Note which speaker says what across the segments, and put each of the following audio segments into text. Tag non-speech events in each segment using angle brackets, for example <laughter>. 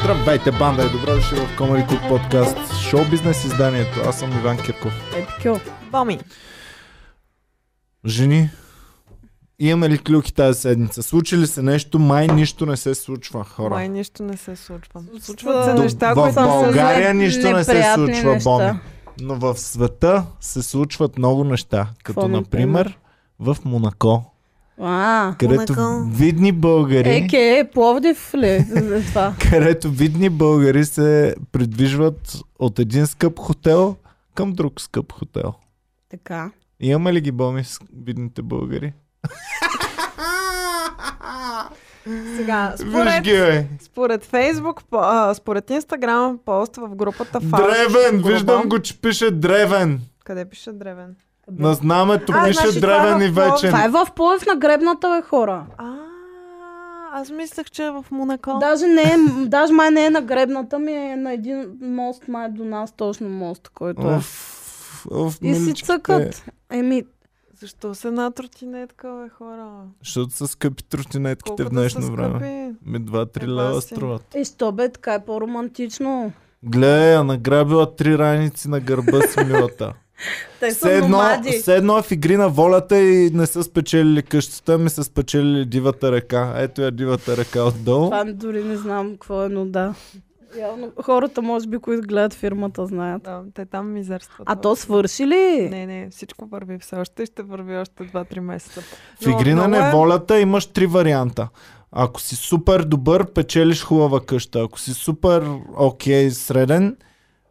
Speaker 1: Здравейте, банда и добре дошли в Comedy Club Podcast, шоу бизнес изданието. Аз съм Иван Кирков.
Speaker 2: Епикю. Боми.
Speaker 1: Жени, имаме ли клюки тази седмица? Случи ли се нещо? Май нищо не се случва, хора.
Speaker 2: Май нищо не се случва.
Speaker 3: Случват
Speaker 1: До-
Speaker 3: се неща,
Speaker 1: в
Speaker 3: които са
Speaker 1: България
Speaker 3: зле-
Speaker 1: нищо не се
Speaker 3: неприятни
Speaker 1: случва,
Speaker 3: неща.
Speaker 1: Боми. Но в света се случват много неща, като например
Speaker 3: например?
Speaker 1: в Монако,
Speaker 3: А,
Speaker 1: където
Speaker 2: Монако.
Speaker 1: видни българи...
Speaker 3: Еке, Пловдив ли за това?
Speaker 1: където видни българи се придвижват от един скъп хотел към друг скъп хотел.
Speaker 3: Така.
Speaker 1: Имаме ли ги боми с видните българи?
Speaker 2: Сега,
Speaker 1: Виж
Speaker 2: според,
Speaker 1: ги, бе.
Speaker 2: според Facebook, по- а, според Instagram пост в групата Фауш.
Speaker 1: Древен! Виждам го, че пише Древен.
Speaker 2: Къде пише Древен?
Speaker 1: На знамето
Speaker 2: А,
Speaker 1: пише
Speaker 2: значи
Speaker 1: Древен
Speaker 2: това
Speaker 1: и
Speaker 2: в Пловдив.
Speaker 1: вечен.
Speaker 3: Това е в Пловдив на гребната, бе, хора.
Speaker 2: А, аз мислех, че е в Монако.
Speaker 3: Даже, не е, даже май не е на гребната ми, е на един мост, май е до нас точно мост, който е.
Speaker 1: Оф, оф,
Speaker 3: И си
Speaker 1: миличките.
Speaker 3: цъкат.
Speaker 1: е.
Speaker 3: Еми,
Speaker 2: Защо се една тротинетка, бе, е хора?
Speaker 1: Защото са скъпи тротинетките
Speaker 2: Колко
Speaker 1: в
Speaker 2: да са
Speaker 1: днешно време.
Speaker 2: скъпи?
Speaker 1: Ми 2-3
Speaker 2: Еба
Speaker 1: лева
Speaker 2: си.
Speaker 1: струват.
Speaker 3: и що бе, така е по-романтично.
Speaker 1: Гледай, я награбила три раници на гърба си милата.
Speaker 3: Те са
Speaker 1: Все едно,
Speaker 3: номади.
Speaker 1: все едно е в игри на волята и не са спечелили къщата, ми са спечелили дивата ръка. Ето я дивата ръка отдолу.
Speaker 3: Това дори не знам какво е, но да. Явно, хората, може би, които гледат фирмата, знаят.
Speaker 2: Да, те там мизерстват.
Speaker 3: А
Speaker 2: бе.
Speaker 3: то свърши ли?
Speaker 2: Не, не, всичко върви все още и ще върви още 2-3 месеца.
Speaker 1: В игри на
Speaker 2: много е-
Speaker 1: неволята имаш три варианта. Ако си супер добър, печелиш хубава къща. Ако си супер окей, среден,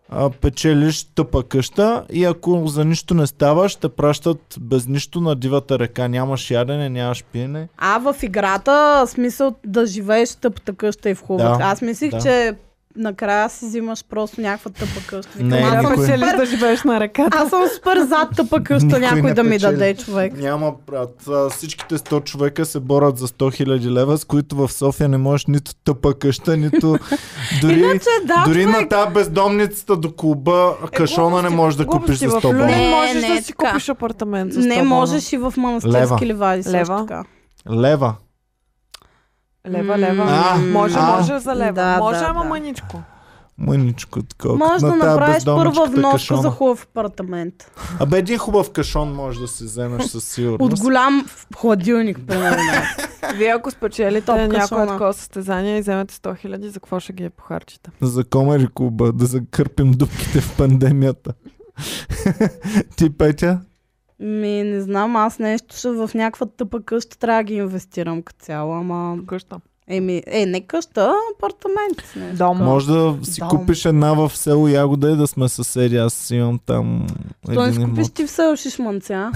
Speaker 1: а, печелиш тъпа къща. И ако за нищо не ставаш, те пращат без нищо на дивата река. Нямаш ядене, нямаш пиене.
Speaker 3: А в играта смисъл да живееш в тъпата къща и в хубавата.
Speaker 1: Да,
Speaker 3: Аз мислих,
Speaker 1: да.
Speaker 3: че накрая си взимаш просто някаква тъпа къща. Викам,
Speaker 1: Не,
Speaker 3: аз,
Speaker 2: Трябва
Speaker 1: никой-
Speaker 3: съм
Speaker 2: да печелиш
Speaker 3: супер,
Speaker 2: да живееш на ръката.
Speaker 3: аз съм супер зад тъпа къща,
Speaker 1: Никой не
Speaker 3: някой да ми
Speaker 1: печели.
Speaker 3: даде човек.
Speaker 1: Няма, брат. А, Всичките 100 човека се борят за 100 000 лева, с които в София не можеш нито тъпа къща,
Speaker 2: <laughs>
Speaker 1: нито дори,
Speaker 3: Иначе да,
Speaker 1: дори
Speaker 3: човек.
Speaker 1: на тази бездомницата до клуба Е, кашона не
Speaker 2: Е, глупости,
Speaker 1: можеш да купиш
Speaker 2: глупости
Speaker 1: за
Speaker 2: в
Speaker 1: 100
Speaker 2: Люлин
Speaker 1: бона.
Speaker 3: Не,
Speaker 2: можеш
Speaker 3: не
Speaker 2: да
Speaker 3: е
Speaker 2: си
Speaker 3: така.
Speaker 2: купиш апартамент за 100
Speaker 3: Не
Speaker 2: бона.
Speaker 3: можеш и в
Speaker 1: Лева.
Speaker 3: манастирски ливади също
Speaker 2: Лева.
Speaker 3: така.
Speaker 1: Лева.
Speaker 2: Лева,
Speaker 3: М,
Speaker 2: лева.
Speaker 1: А,
Speaker 2: може,
Speaker 1: а.
Speaker 2: може за лева.
Speaker 3: Да,
Speaker 2: може,
Speaker 3: да,
Speaker 2: ама
Speaker 3: да.
Speaker 2: мъничко.
Speaker 1: Мъничко такова.
Speaker 3: Може
Speaker 1: като
Speaker 3: да
Speaker 1: на тая
Speaker 3: направиш първа
Speaker 1: бездомничката
Speaker 3: вноска
Speaker 1: е кашона.
Speaker 3: за хубав апартамент.
Speaker 1: Абе един хубав кашон може да си вземеш със сигурност.
Speaker 3: От голям хладилник, примерно.
Speaker 2: Вие ако
Speaker 3: Топ
Speaker 2: спечелите някое
Speaker 3: кашона.
Speaker 2: такова състезание и вземете 100 000, за какво ще ги е похарчите?
Speaker 1: За комери клуба, да закърпим дупките в пандемията. <laughs> Ти, Петя?
Speaker 3: Ми, не знам, аз нещо ще в някаква тъпа къща трябва да ги инвестирам като цяло, ама...
Speaker 2: Къща.
Speaker 3: Еми, е, не къща, а апартамент. Не.
Speaker 2: Дом.
Speaker 1: Може да си
Speaker 3: Да,
Speaker 1: купиш една в село Ягода и да сме съседи. Аз имам там
Speaker 3: Той не
Speaker 1: един
Speaker 3: си
Speaker 1: имот.
Speaker 3: купиш ти в село Шишманця.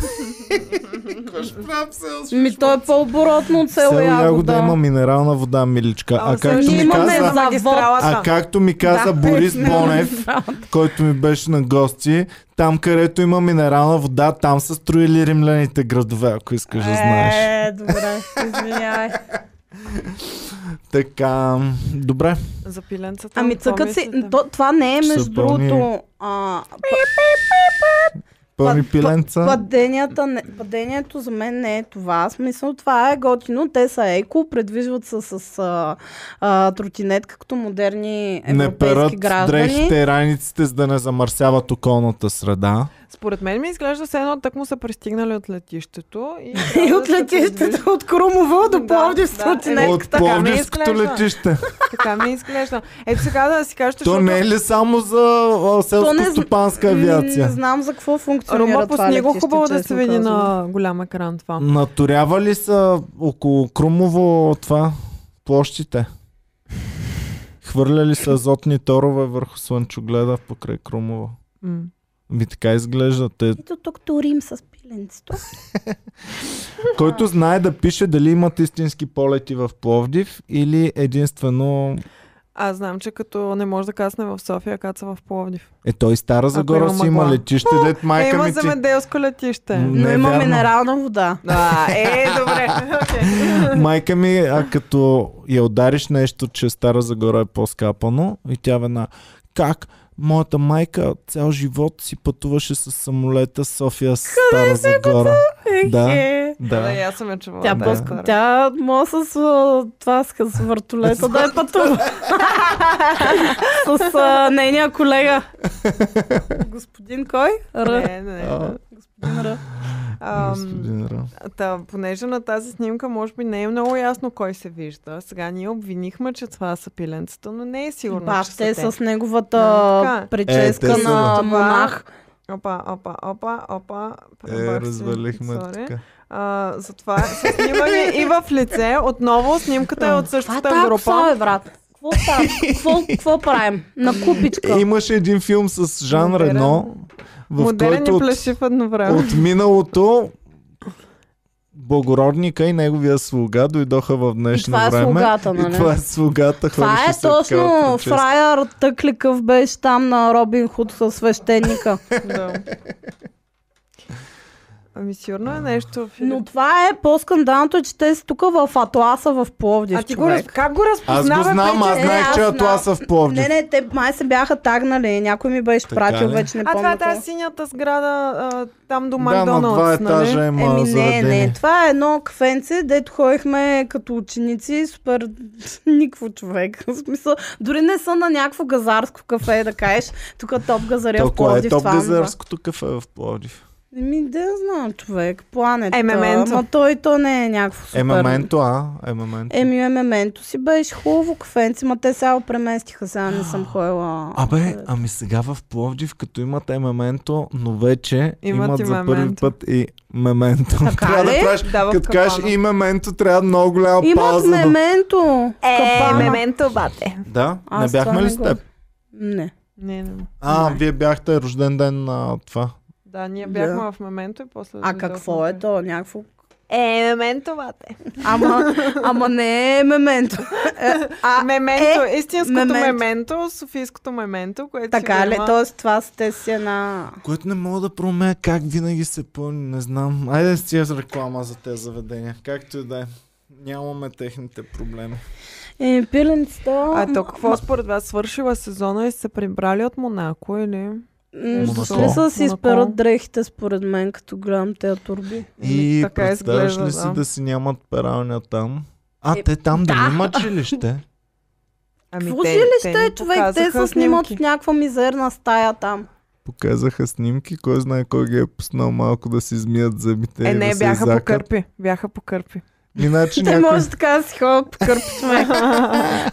Speaker 3: Ми, той е по-оборотно от село Ягода.
Speaker 1: има минерална вода, миличка. А,
Speaker 2: Ама
Speaker 1: както
Speaker 2: също
Speaker 3: ние
Speaker 1: ми
Speaker 3: имаме
Speaker 1: каза,
Speaker 3: за-
Speaker 1: а както ми каза
Speaker 3: Да. Е,
Speaker 1: Борис Бонев, който ми беше на гости, там където има минерална вода, там са строили римляните градове, ако искаш да знаеш.
Speaker 3: Е, добре, <laughs> извинявай.
Speaker 1: Така, добре.
Speaker 2: За пиленцата.
Speaker 3: Ами
Speaker 2: какво
Speaker 3: цъкът си,
Speaker 2: мислите?
Speaker 3: то, това не е
Speaker 1: Ще
Speaker 3: между
Speaker 1: пълни-
Speaker 3: другото. А,
Speaker 1: Пълни
Speaker 3: Път- па-
Speaker 1: пиленца.
Speaker 3: паденията, не, падението за мен не е това. Смисъл, това е готино. Те са еко, предвижват се с а, а, тротинетка като модерни
Speaker 1: Не
Speaker 3: европейски
Speaker 1: перат
Speaker 3: граждани.
Speaker 1: дрехите и раниците, за да не замърсяват околната среда.
Speaker 2: Според мен ми изглежда се едно, так му са пристигнали от летището. И,
Speaker 3: <laughs> И от летището от Крумово
Speaker 2: Да,
Speaker 3: до Пловдив с
Speaker 2: да.
Speaker 3: тротинетка.
Speaker 1: От
Speaker 2: така ми
Speaker 1: Пловдивското
Speaker 2: изглежда.
Speaker 3: <laughs>
Speaker 1: летище.
Speaker 2: Така ми изглежда. Ето сега да си кажете,
Speaker 1: То
Speaker 2: защото
Speaker 1: не е ли само за а, селско-стопанска
Speaker 3: Не
Speaker 1: е авиация?
Speaker 3: знам за какво функционира това
Speaker 2: Рума пусни го
Speaker 3: летище,
Speaker 2: хубаво да
Speaker 3: честно
Speaker 2: се види
Speaker 3: казано.
Speaker 2: на голям екран това.
Speaker 1: Наторява ли са около Крумово това площите? Хвърляли са азотни торове върху слънчогледа покрай Крумово?
Speaker 2: М.
Speaker 1: Ми така изглежда. Те...
Speaker 3: Ето тук турим с пиленцето.
Speaker 1: Който знае да пише дали имат истински полети в Пловдив или единствено...
Speaker 2: Аз знам, че като не може да кацне в София, каца в Пловдив.
Speaker 1: Е, той Стара Загора
Speaker 2: има
Speaker 1: си има
Speaker 2: мъгла.
Speaker 1: летище, дет
Speaker 2: е,
Speaker 1: майка
Speaker 2: има
Speaker 1: ми ти...
Speaker 2: земеделско летище.
Speaker 1: М.
Speaker 3: Но
Speaker 1: Не е
Speaker 3: има
Speaker 1: вярно.
Speaker 3: минерална вода.
Speaker 2: Да, е,
Speaker 1: <laughs>
Speaker 2: добре. <laughs> окей.
Speaker 1: Майка ми, а като я удариш нещо, че Стара Загора е по-скапано и тя веднага, как? Моята майка цял живот си пътуваше с самолета София
Speaker 3: е
Speaker 1: Стара Загора.
Speaker 3: Ех,
Speaker 1: Да.
Speaker 3: е.
Speaker 2: Да, и
Speaker 1: Да.
Speaker 2: аз съм я чувала.
Speaker 3: Тя,
Speaker 1: Да.
Speaker 2: да.
Speaker 3: по-скоро, тя може с а, това с, с въртолета да е <laughs> пътува. с а, нейния колега. Господин кой? Р.
Speaker 2: Не, не, не.
Speaker 1: А,
Speaker 3: Господин Р.
Speaker 2: Ам,
Speaker 1: господин Ра.
Speaker 2: Та, понеже на тази снимка може би не е много ясно кой се вижда. Сега ние обвинихме, че това са пиленцата, но не е сигурно,
Speaker 3: Баш,
Speaker 2: че
Speaker 3: те
Speaker 2: са те.
Speaker 3: с неговата
Speaker 2: Да, така е.
Speaker 3: прическа
Speaker 1: Е, те са,
Speaker 3: на
Speaker 2: да.
Speaker 3: монах.
Speaker 2: Опа, опа, опа, опа.
Speaker 1: Е,
Speaker 2: Пробвах се.
Speaker 1: развалихме
Speaker 2: Sorry.
Speaker 1: така.
Speaker 2: А, затова са снимани и в лице. Отново снимката е от същата
Speaker 3: Това е такса,
Speaker 2: група.
Speaker 3: бе, брат. Какво става? Какво- Какво правим? На
Speaker 1: Е,
Speaker 3: купичка.
Speaker 1: Имаше един филм с Жан
Speaker 2: Модерен.
Speaker 1: Рено, в
Speaker 2: Модерен
Speaker 1: който
Speaker 2: и
Speaker 1: от,
Speaker 2: плешив едновременно.
Speaker 1: от миналото Богородника и неговия слуга дойдоха в днешно
Speaker 3: това е
Speaker 1: време.
Speaker 3: слугата,
Speaker 1: И
Speaker 3: нали?
Speaker 1: това е слугата.
Speaker 3: Това
Speaker 1: хвърляше
Speaker 3: е
Speaker 1: се така от
Speaker 3: точно
Speaker 1: прическа.
Speaker 3: фраер Тъкликъв беше там на Робин Худ със свещеника.
Speaker 2: Да. Ами сигурно е нещо. Филип.
Speaker 3: Но това е по-скандалното, е, че те са тук в Атласа в Пловдив.
Speaker 2: а ти го, раз-
Speaker 3: човек.
Speaker 2: как го
Speaker 1: Аз
Speaker 2: разпознава?
Speaker 1: го знам, аз
Speaker 3: Е,
Speaker 1: знаех,
Speaker 3: аз
Speaker 1: че
Speaker 3: знам.
Speaker 1: Атласа в
Speaker 3: Не,
Speaker 1: Пловдив.
Speaker 3: не, те май се бяха тагнали. Някой ми беше
Speaker 1: Така
Speaker 3: пратил,
Speaker 1: ли?
Speaker 3: вече не
Speaker 2: А това
Speaker 3: помня.
Speaker 2: е тази синята сграда, а, там до
Speaker 1: Да, на
Speaker 2: Макдоналдс,
Speaker 1: два
Speaker 2: нали?
Speaker 1: етажа има
Speaker 3: Еми не,
Speaker 1: заведение.
Speaker 3: не. Това е едно кафенце, дето ходихме като ученици, супер <laughs> никво човек. В смисъл, дори не са на някакво газарско кафе, да кажеш. Тук е топ газаря
Speaker 1: То
Speaker 3: в
Speaker 1: кое
Speaker 3: Пловдив.
Speaker 1: е топ
Speaker 3: това е това.
Speaker 1: газарското кафе в Пловдив?
Speaker 3: Еми, да знам, човек. Планета.
Speaker 2: Е, Мементо.
Speaker 3: Ма той то не е някакво супер.
Speaker 1: Е, моменто, а? Е, моменто.
Speaker 3: Еми, е, мементо си беше хубаво кафенце, ма те сега го преместиха, сега не съм ходила.
Speaker 1: Абе, ами сега в Пловдив, като имат е мементо, но вече
Speaker 2: Имат
Speaker 1: имат,
Speaker 2: и
Speaker 1: за първи
Speaker 2: мементо.
Speaker 1: път и мементо.
Speaker 3: Така
Speaker 1: трябва да
Speaker 3: ли?
Speaker 1: правиш,
Speaker 2: Да, в
Speaker 1: като
Speaker 2: капана.
Speaker 1: кажеш и мементо, трябва много голяма
Speaker 3: Имат
Speaker 1: пауза. Да...
Speaker 3: мементо.
Speaker 2: Е,
Speaker 3: в капана.
Speaker 2: мементо бате.
Speaker 1: да, не
Speaker 3: Аз това
Speaker 1: бяхме ли
Speaker 3: не
Speaker 1: с
Speaker 3: го-
Speaker 1: теб?
Speaker 3: Не.
Speaker 2: Не, не.
Speaker 1: А,
Speaker 3: Не.
Speaker 1: вие бяхте рожден ден на това.
Speaker 2: Да, ние
Speaker 3: Да.
Speaker 2: бяхме в мементо и после...
Speaker 3: А
Speaker 2: дойдохме.
Speaker 3: какво е то? Някакво
Speaker 2: Е, мементо бате.
Speaker 3: Ама, ама не е мементо. Е,
Speaker 2: А,
Speaker 3: А,
Speaker 2: мементо, истинското
Speaker 3: мементо.
Speaker 2: мементо. софийското мементо, което си
Speaker 3: така
Speaker 2: го
Speaker 3: ли?
Speaker 2: има.
Speaker 3: Тоест това сте си една...
Speaker 1: Което не мога да променя, как винаги се пълни, не знам. Айде с тия реклама за тези заведения, както и да е. Нямаме техните проблеми.
Speaker 3: Е, пиленцата...
Speaker 2: А то какво според вас свършила сезона и са се прибрали от Монако или...
Speaker 3: м,
Speaker 1: Монако.
Speaker 3: Дошли са си
Speaker 2: Монако.
Speaker 3: изперат дрехите, според мен, като гледам тези турби.
Speaker 1: И
Speaker 2: Ами, Така
Speaker 1: представяш
Speaker 2: изглежда,
Speaker 1: ли си
Speaker 2: да.
Speaker 1: да си нямат пералня там? А,
Speaker 3: Е,
Speaker 1: те там да,
Speaker 3: да.
Speaker 1: не имат жилище.
Speaker 2: Ами
Speaker 3: Какво
Speaker 2: те-
Speaker 3: жилище
Speaker 2: ни
Speaker 3: е, човек? Те
Speaker 2: показаха
Speaker 3: се снимат
Speaker 2: снимки.
Speaker 3: в някаква мизерна стая там.
Speaker 1: Показаха снимки, кой знае кой ги е пуснал малко да си измият зъбите.
Speaker 2: Е,
Speaker 1: и
Speaker 2: не,
Speaker 1: да
Speaker 2: бяха
Speaker 1: се
Speaker 2: по кърпи. Бяха по кърпи. <laughs>
Speaker 1: Иначе
Speaker 3: Те
Speaker 1: някой...
Speaker 3: може така да си ходят по кърпи човек.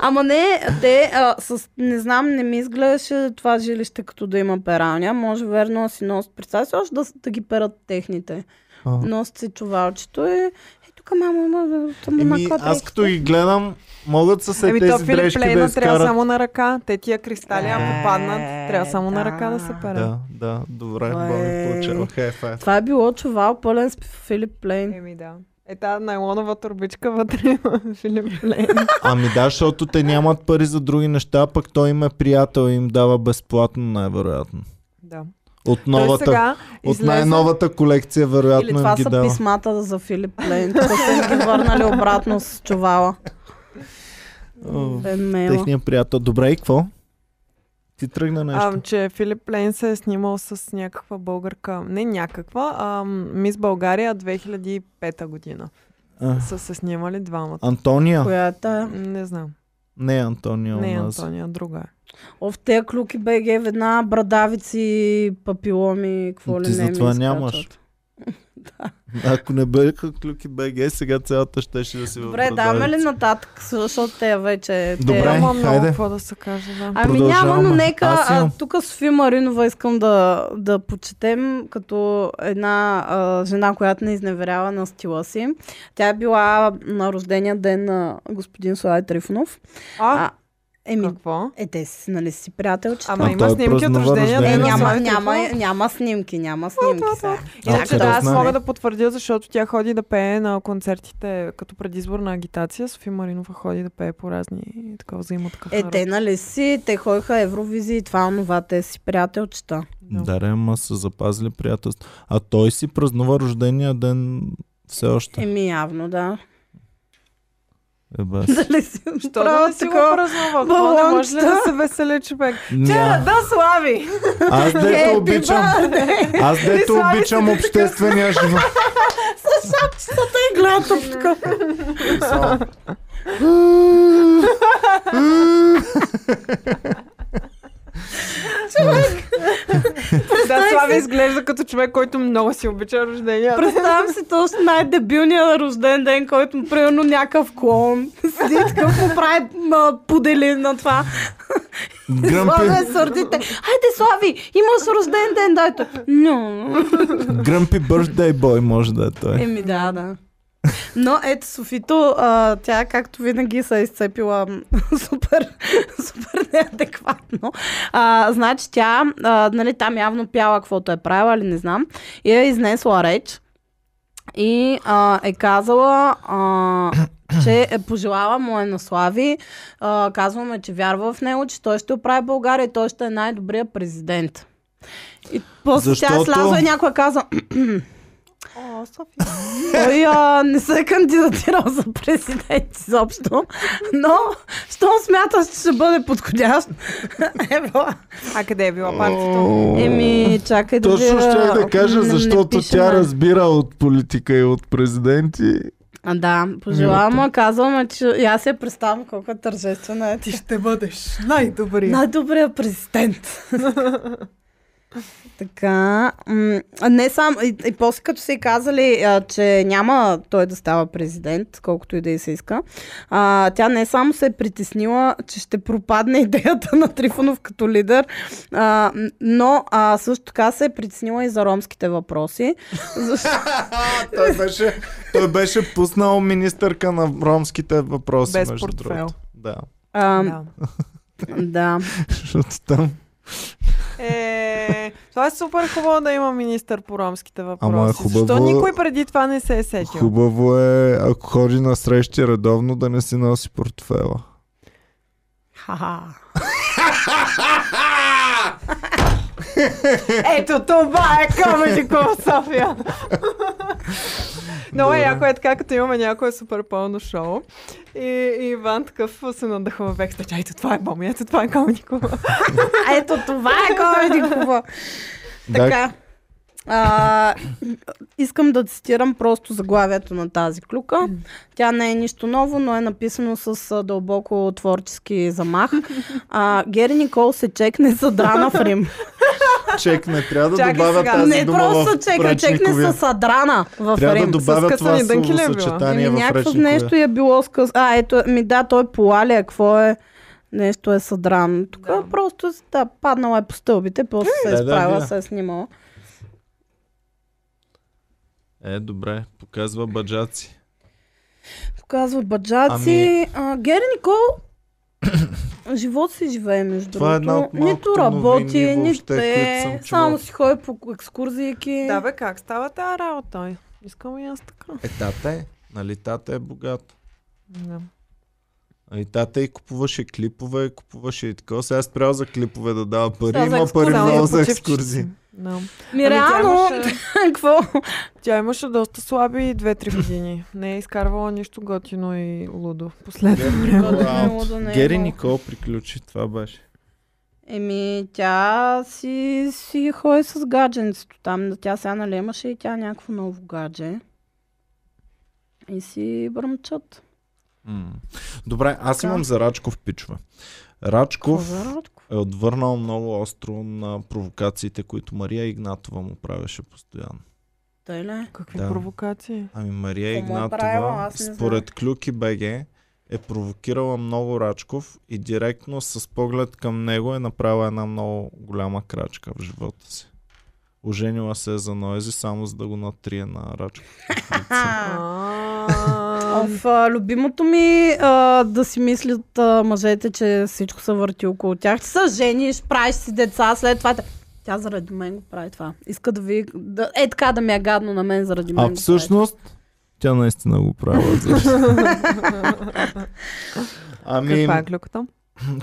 Speaker 3: Ама не, те а, с... Не знам, не ми изглеждаше това жилище като да има пералня. Може верно да си носят. Представя си още да, с- да ги перат техните.
Speaker 1: А.
Speaker 3: Носят си чувалчето и... Е, тук мамо има... Там
Speaker 1: Еми,
Speaker 3: има
Speaker 1: аз като ги гледам, могат са се
Speaker 2: Еми Ами, то
Speaker 1: тези
Speaker 2: Филип
Speaker 1: дрежки да
Speaker 2: Лейна трябва
Speaker 1: изкарат.
Speaker 2: само на ръка. Те тия кристали, ако
Speaker 3: Е,
Speaker 2: паднат, трябва само на ръка да се
Speaker 3: да.
Speaker 2: пере.
Speaker 1: Да, да, добре,
Speaker 3: Ой.
Speaker 1: Боби получава хай файв.
Speaker 3: Това е било чувал пълен с Филип Плейн.
Speaker 2: Еми да. Е тази найлонова турбичка вътре има <laughs> Филип Лейн.
Speaker 1: Ами да, защото те нямат пари за други неща, пък той им е приятел и им дава безплатно, най-вероятно.
Speaker 2: Да.
Speaker 1: От
Speaker 2: Той
Speaker 1: новата,
Speaker 2: сега
Speaker 1: от
Speaker 2: излезе-
Speaker 1: най-новата колекция,
Speaker 3: Или
Speaker 1: вероятно им
Speaker 3: това
Speaker 1: ги
Speaker 3: са
Speaker 1: дава.
Speaker 3: писмата за Филип Плейн. Тук са ги върнали обратно с чувала. Е,
Speaker 1: О,
Speaker 3: Бен мейла.
Speaker 1: Техният приятел. Добре, и какво? Ти тръгна нещо.
Speaker 2: А, че Филип Лейн се е снимал с някаква българка, не някаква, а Мис България 2005 година.
Speaker 1: А,
Speaker 2: Са се снимали двамата.
Speaker 1: Антония?
Speaker 3: Коя е тая?
Speaker 2: Не знам.
Speaker 1: Не Антония
Speaker 2: Не
Speaker 1: у нас.
Speaker 2: Антония, друга е.
Speaker 3: О, в тези клюки БГ веднага брадавици, папиломи, какво ли
Speaker 1: Ти
Speaker 3: не е ми
Speaker 1: затова
Speaker 3: изкачат. <laughs>
Speaker 1: нямаш. Ако не бяха клюки БГ, сега цялата щеше да си
Speaker 3: Добре,
Speaker 1: в
Speaker 3: даме ли
Speaker 1: Брадавица.
Speaker 3: нататък, защото те вече...
Speaker 1: Добре,
Speaker 3: Те...
Speaker 2: Няма Е, много
Speaker 1: хайде.
Speaker 2: какво да се каже, да.
Speaker 3: Ами
Speaker 1: Продължаваме.
Speaker 3: няма, но нека
Speaker 1: Аз
Speaker 3: а,
Speaker 1: имам.
Speaker 3: тук Софи Маринова искам да, да почетем като една а, жена, която не изневерява на стила си. Тя е била на рождения ден на господин Слави Трифонов.
Speaker 2: А,
Speaker 3: А, еми,
Speaker 2: какво?
Speaker 3: е, те си, нали си приятелчета?
Speaker 2: Ама
Speaker 1: А,
Speaker 2: има
Speaker 1: той е
Speaker 2: снимки от
Speaker 1: празнува
Speaker 2: рождения нали?
Speaker 1: рождение.
Speaker 3: Е,
Speaker 2: ден. на
Speaker 3: няма,
Speaker 2: Слави
Speaker 3: няма,
Speaker 2: Трифонов.
Speaker 3: няма снимки, няма снимки. сега.
Speaker 1: А,
Speaker 2: Иначе
Speaker 1: откъде
Speaker 2: да, аз
Speaker 1: знае?
Speaker 2: мога да потвърдя, защото тя ходи да пее на концертите като предизборна агитация. Софи Маринова ходи да пее по разни такова
Speaker 3: Е,
Speaker 2: взаимоткафара.
Speaker 3: те нали си, те ходиха Евровизия и това, онова, те си приятелчета.
Speaker 1: Да, ма са запазили приятелство. А той си празнува рождения ден все още.
Speaker 3: Еми явно, да.
Speaker 1: Е, бас.
Speaker 3: <laughs> Дали си
Speaker 2: Що да не си го празнува? Какво не може ли
Speaker 3: балончета?
Speaker 2: да се весели човек?
Speaker 1: Ня.
Speaker 3: да, Слави! Е,
Speaker 1: Аз дето обичам, аз дето
Speaker 3: слави
Speaker 1: обичам
Speaker 3: си
Speaker 1: обществения живот.
Speaker 3: Шапчетата и гледат тук така.
Speaker 2: Да, Слави изглежда като човек, който много си обича рождения.
Speaker 3: Представям си точно най-дебилния рожден ден, който му примерно някакъв клон седи така му прави м, пудели на това. Славе
Speaker 1: Гръмпи,
Speaker 3: сърдите. Хайде, Слави, имаш рожден ден, дайте. Но...
Speaker 1: гръмпи birthday boy може да е той.
Speaker 3: Еми да, да. Но ето Софито, а, тя както винаги се е изцепила м, <laughs> супер, супер неадекватно. А, значи тя, а, нали, там явно пяла каквото е правила или не знам, и е изнесла реч и а, е казала,
Speaker 1: <clears throat>
Speaker 3: а, че е пожелала му е на Слави, а, казваме, че вярва в него, че той ще оправи България и той ще е най-добрия президент. И после тя
Speaker 1: Защото-
Speaker 3: е слязла и някой е казал,
Speaker 2: О, София.
Speaker 3: той а, не се е кандидатирал за президент изобщо, но щом смяташ, че ще бъде подходящ. Ево.
Speaker 2: А къде е била партията?
Speaker 3: Еми, чакай да
Speaker 1: Точно
Speaker 3: видя,
Speaker 1: ще да кажа,
Speaker 3: не- не
Speaker 1: защото
Speaker 3: пише
Speaker 1: тя
Speaker 3: на-
Speaker 1: разбира от политика и от президенти.
Speaker 3: А, да, пожелавам, а казвам, че и аз я представям колко е тържествена е ти.
Speaker 2: ще бъдеш най-добри.
Speaker 3: Най-добрия президент. <laughs> така. м, а не само. И, и после като си казали, а, че няма той да става президент, колкото и да и се иска, а, тя не само се е притеснила, че ще пропадне <laughs> идеята на Трифонов като лидер, а, м, но а, също така се е притеснила и за ромските <laughs> въпроси. Защо-
Speaker 1: той, беше, той беше пуснал министърка на ромските въпроси.
Speaker 2: Без
Speaker 1: между
Speaker 2: портфел.
Speaker 1: другото. Да.
Speaker 3: а,
Speaker 2: Да.
Speaker 3: да.
Speaker 1: <laughs> Защото там.
Speaker 2: Е, това е супер хубаво да има министър по ромските въпроси.
Speaker 1: Ама е хубаво-
Speaker 2: Защо никой преди това не се е сетил?
Speaker 1: Хубаво е, ако ходи на срещи редовно, да не си носи
Speaker 2: <laughs>
Speaker 1: портфела.
Speaker 3: Ха-ха.
Speaker 2: Ето това е Comedy Club София! Много е яко е така, като имаме някое супер пълно шоу. И, и Иван такъв се надъхва бекстач. Ето това е Боми, ето това е Comedy Club.
Speaker 3: А ето това е комеди клуба. Така. А, искам да цитирам просто заглавието на тази клюка. Тя не е нищо ново, но е написано с а, дълбоко творчески замах. А, Гери Никол се чекне задрана в Рим.
Speaker 1: Да, чек, не трябва да
Speaker 2: Чакай
Speaker 1: добавя
Speaker 2: сега.
Speaker 1: тази
Speaker 3: не
Speaker 1: дума
Speaker 3: просто
Speaker 1: в
Speaker 3: чекне, чекне
Speaker 1: речниковия.
Speaker 3: с задрана
Speaker 1: Трябва
Speaker 3: в
Speaker 1: да
Speaker 3: Рим.
Speaker 1: добавя
Speaker 2: късани
Speaker 1: това
Speaker 2: дънки ли е била?
Speaker 1: съчетание в
Speaker 3: Еми, Ами някакво
Speaker 1: речниковия.
Speaker 3: нещо я било скъс... А, ето, ми да, той полалия, какво е? Нещо е съдран. Тук
Speaker 2: Да.
Speaker 3: просто да, паднала е по стълбите, после се е
Speaker 1: Да, да,
Speaker 3: изправила,
Speaker 1: да.
Speaker 3: се е снимала.
Speaker 1: Е, добре, показва баджаци.
Speaker 3: Показва баджаци. Ами... Гери Никол
Speaker 1: <coughs>
Speaker 3: живот си живее, между
Speaker 1: Това е една
Speaker 3: другото.
Speaker 1: от малкото
Speaker 3: нито
Speaker 1: новини
Speaker 3: работи,
Speaker 1: въобще,
Speaker 3: нито
Speaker 1: които
Speaker 3: е.
Speaker 1: съм чувал.
Speaker 3: Само си ходи по екскурзийки.
Speaker 2: Е. Да бе, как става тази работа? Искам и аз така.
Speaker 1: Е, тата е. Нали тата е богат.
Speaker 2: Да.
Speaker 1: А и тата Ами и купуваше клипове, и купуваше и такова. Сега е спрял за клипове да дава пари.
Speaker 3: Сега за
Speaker 1: Има пари
Speaker 3: екскурзии.
Speaker 1: много за
Speaker 2: почивчици.
Speaker 1: екскурзии.
Speaker 2: Да.
Speaker 3: Ми
Speaker 2: Ами тя
Speaker 3: реално,
Speaker 2: имаше-
Speaker 3: <laughs> какво?
Speaker 2: Тя имаше доста слаби 2-3 години. Не е изкарвала нищо готино и лудо. Последно.
Speaker 3: Никол. Да не е
Speaker 1: Гери
Speaker 3: имало.
Speaker 1: Никол приключи, това беше.
Speaker 3: Еми, тя си, си ходи с гадженцето там. Тя сега нали имаше и тя някакво ново гадже. И си бръмчат.
Speaker 1: М. Добре, аз
Speaker 3: Така.
Speaker 1: имам за Рачков пичове.
Speaker 3: Какво
Speaker 1: Рачков
Speaker 3: за Радко?
Speaker 1: е отвърнал много остро на провокациите, които Мария Игнатова му правеше постоянно.
Speaker 3: Тъй ли?
Speaker 2: Какви
Speaker 1: Да.
Speaker 2: провокации?
Speaker 1: Ами Мария
Speaker 3: Какво му е правила?
Speaker 1: Игнатова,
Speaker 3: Аз не знам.
Speaker 1: според Клюки БГ, е провокирала много Рачков и директно с поглед към него е направила една много голяма крачка в живота си. Оженила се е за Нойзи, само за да го натрие на
Speaker 3: <laughs>
Speaker 1: Рачков.
Speaker 2: А,
Speaker 3: В а, любимото ми а, да си мислят а, мъжете, че всичко се върти около тях. Ти се жениш, правиш си деца, след това... те- Тя заради мен го прави това. Иска да ви... Да, е така да ми е гадно на мен заради мен.
Speaker 1: А
Speaker 3: го
Speaker 1: всъщност, тя
Speaker 3: <laughs>
Speaker 1: наистина го правила. за- ами,
Speaker 2: Каква е клюката?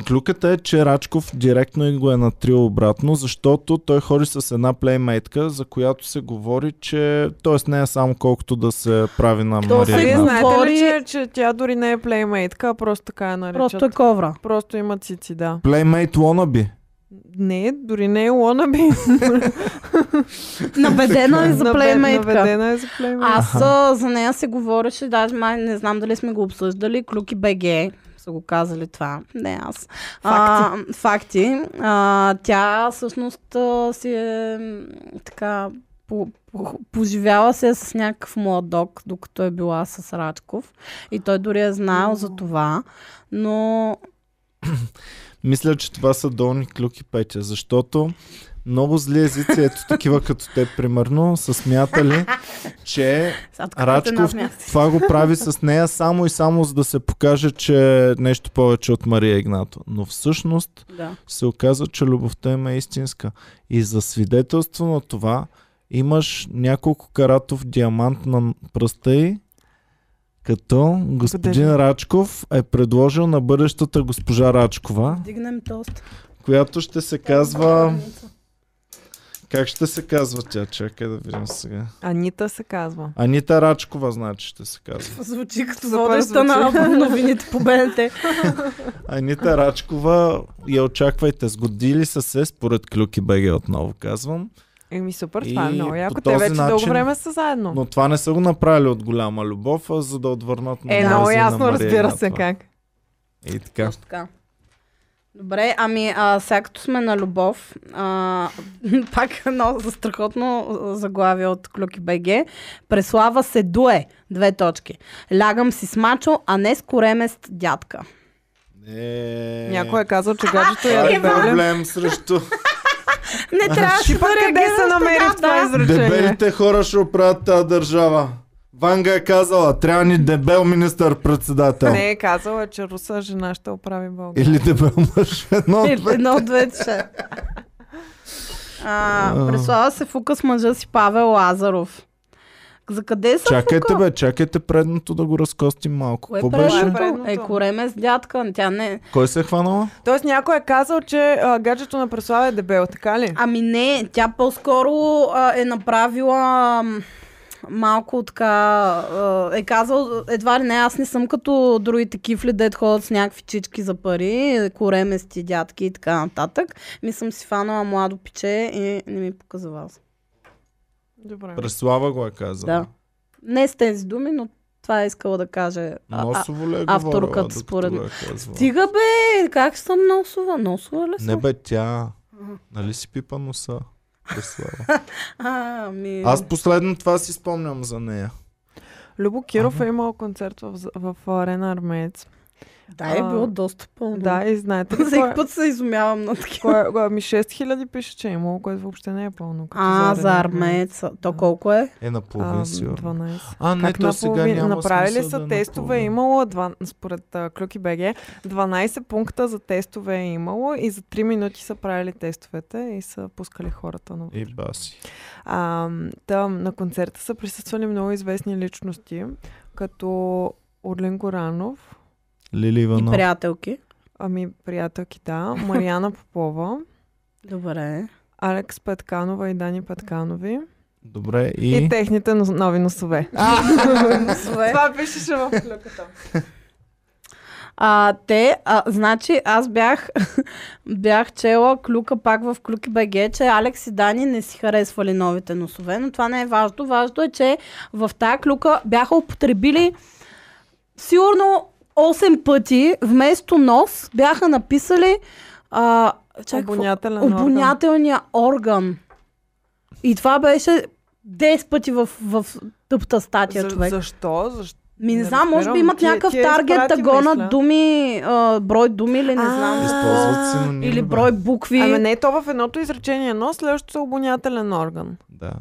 Speaker 1: Клюката е, че Рачков директно и го е натрил обратно, защото той ходи с една плеймейтка, за която се говори, че т.е. не е само колкото да се прави на
Speaker 3: То се
Speaker 2: Вие
Speaker 1: Марина.
Speaker 3: Една. знае.
Speaker 2: знаете ли,
Speaker 3: Говори-
Speaker 2: че, че тя дори не е плеймейтка, а просто така я наричат?
Speaker 3: Просто е <laughs> ковра.
Speaker 2: Просто има цици, да.
Speaker 1: Плеймейт wannabe.
Speaker 2: Не, дори не е лонаби.
Speaker 3: Набедена <laughs> е за плеймейтка.
Speaker 2: Наведена е за плеймейтка.
Speaker 3: Аз а, за нея се говореше, даже май не знам дали сме го обсъждали, Клюки БГ са го казали това. Не аз. Факти. А, факти. А, тя всъщност а, си е м, така по, по, поживяла се с някакъв младок, докато е била с Рачков. И той дори е знаел за това. Но
Speaker 1: Мисля, че това са долни клюки, Петя, защото много зли езици, ето такива като те, примерно, са смятали, че
Speaker 3: сега тук
Speaker 1: Рачков това го прави с нея само и само за да се покаже, че е нещо повече от Мария Игнато. Но всъщност
Speaker 3: Да.
Speaker 1: се оказа, че любовта им е истинска. И за свидетелство на това имаш няколко каратов диамант на пръста й, като господин
Speaker 2: Благодаря.
Speaker 1: Рачков е предложил на бъдещата госпожа Рачкова,
Speaker 3: Дигнем тост.
Speaker 1: която ще се казва... Как ще се казва тя? Чакай да видим сега.
Speaker 2: Анита се казва.
Speaker 1: Анита Рачкова, значи, ще се казва.
Speaker 3: Звучи като
Speaker 2: Супер
Speaker 3: водеща на
Speaker 2: звучи.
Speaker 3: новините по БНТ.
Speaker 1: Анита Рачкова, я очаквайте. Сгодили са се, според Клюки БГ отново казвам.
Speaker 2: Еми супер,
Speaker 1: И
Speaker 2: това е много
Speaker 1: по
Speaker 2: яко. Те
Speaker 1: този
Speaker 2: вече дълго
Speaker 1: начин-
Speaker 2: време са заедно.
Speaker 1: Но това не са го направили от голяма любов, а за да отвърнат на
Speaker 2: Е,
Speaker 1: мрази
Speaker 2: много
Speaker 1: на
Speaker 2: ясно,
Speaker 1: Мария
Speaker 2: разбира се
Speaker 1: Игнатова.
Speaker 2: как.
Speaker 1: И така.
Speaker 3: Точно така. Добре, ами а, сега като сме на любов, а, <laughs> пак едно страхотно заглавие от Клюки БГ. Преслава се дуе, две точки. Лягам си с мачо, а не с коремест дядка.
Speaker 1: Е...
Speaker 2: Някой е казал, че гаджето е
Speaker 1: Това е
Speaker 2: дебеле.
Speaker 1: проблем
Speaker 2: <laughs>
Speaker 1: срещу
Speaker 3: <laughs> Не трябваше да
Speaker 2: Къде се
Speaker 3: реагираш
Speaker 2: намери
Speaker 3: е, така,
Speaker 2: в това
Speaker 3: да.
Speaker 2: изречение?
Speaker 1: дебелите хора ще оправят тази държава. Ванга е казала, трябва ни дебел министър-председател.
Speaker 2: Не е казала, че руса жена ще оправи България.
Speaker 1: Или дебел мъж. Едно, от две.
Speaker 3: Едно от двете ще. А, Преслава се фука с мъжа си Павел Лазаров. За къде са
Speaker 1: чакайте бе, чакайте предното да го разкостим малко.
Speaker 3: Кое
Speaker 1: Какво
Speaker 3: предното?
Speaker 1: беше?
Speaker 2: Предното.
Speaker 3: Е, коремест дядка. Тя не,
Speaker 1: Кой се е хванала?
Speaker 2: Тоест някой е казал, че а, гаджето на Преслава е дебел, така ли?
Speaker 3: Ами не, тя по-скоро а, е направила м, малко така, а, е казал, едва ли не, аз не съм като другите кифли, дед ходят с някакви чички за пари, коремести, дядки и така нататък. Ми съм си фанала младо пиче и не ми показа вас.
Speaker 2: Добре.
Speaker 1: Преслава го е казала.
Speaker 3: Да. Не с тези думи, но това е искала да каже. А, а,
Speaker 1: Носово ли е
Speaker 3: авторката,
Speaker 1: говорила, докато
Speaker 3: според
Speaker 1: го е
Speaker 3: мен.
Speaker 1: казвала?
Speaker 3: стига бе, как съм носова? Носова ли съм?
Speaker 1: Не бе, тя... Нали си пипа носа? Преслава.
Speaker 3: А, ми...
Speaker 1: Аз последно това си спомням за нея.
Speaker 2: Любо Киров е имал концерт в, в, в Арена Армеец.
Speaker 3: Да, е
Speaker 2: а,
Speaker 3: било доста пълно. <laughs>
Speaker 2: Да, е и знаете ли кой,
Speaker 3: Всеки път се изумявам на такива.
Speaker 2: кой, кой, ами 6000 пише, че е имало, което въобще не е пълно. като
Speaker 3: А,
Speaker 2: Арена
Speaker 3: за армееца. То колко е?
Speaker 1: Е,
Speaker 2: А,
Speaker 1: наполовин сигурно.
Speaker 2: 12.
Speaker 1: А, не,
Speaker 2: Как
Speaker 1: то сега
Speaker 2: наполовин-
Speaker 1: няма
Speaker 2: Направили
Speaker 1: смисъл
Speaker 2: са
Speaker 1: да е
Speaker 2: тестове, е
Speaker 1: наполовин.
Speaker 2: имало, два, според а, Клюки БГ, 12 пункта за тестове е имало и за 3 минути са правили тестовете и са пускали хората на
Speaker 1: И баси.
Speaker 2: а, там на концерта са присъствали много известни личности, като Орлин Горанов,
Speaker 1: Лили
Speaker 3: И
Speaker 1: Иванов.
Speaker 3: приятелки.
Speaker 2: ами приятелки, да, Марияна Попова,
Speaker 3: Добре.
Speaker 2: Алекс Петканова и Дани Петканови
Speaker 1: Добре,
Speaker 2: и,
Speaker 1: и...
Speaker 2: техните нос- нови носове. Това пишеше
Speaker 3: <laughs>
Speaker 2: в клюката.
Speaker 3: а, те, а, значи аз бях, <laughs> бях чела клюка пак в Клюки БГ, че Алекс и Дани не си харесвали новите носове, но това не е важно. Важно е, че в тази клюка бяха употребили сигурно 8 пъти вместо нос бяха написали а, чакай, какво-
Speaker 2: Обонятелен орган.
Speaker 3: обонятелния орган. И това беше 10 пъти в, в тъпта статия,
Speaker 2: За,
Speaker 3: човек.
Speaker 2: защо? Защо?
Speaker 3: Ми не,
Speaker 2: не
Speaker 3: знам, може би
Speaker 2: разбирам.
Speaker 3: имат
Speaker 2: Ти-
Speaker 3: някакъв
Speaker 2: ти я
Speaker 3: таргет да
Speaker 2: изпрати,
Speaker 3: гонат
Speaker 2: мисля.
Speaker 3: думи, а, брой думи или не
Speaker 2: А,
Speaker 3: знам.
Speaker 1: Използват е синоними.
Speaker 3: Или
Speaker 1: бе.
Speaker 3: брой букви.
Speaker 2: Абе Ами, не, то в едното изречение, но следващото е обонятелен орган.
Speaker 1: Да.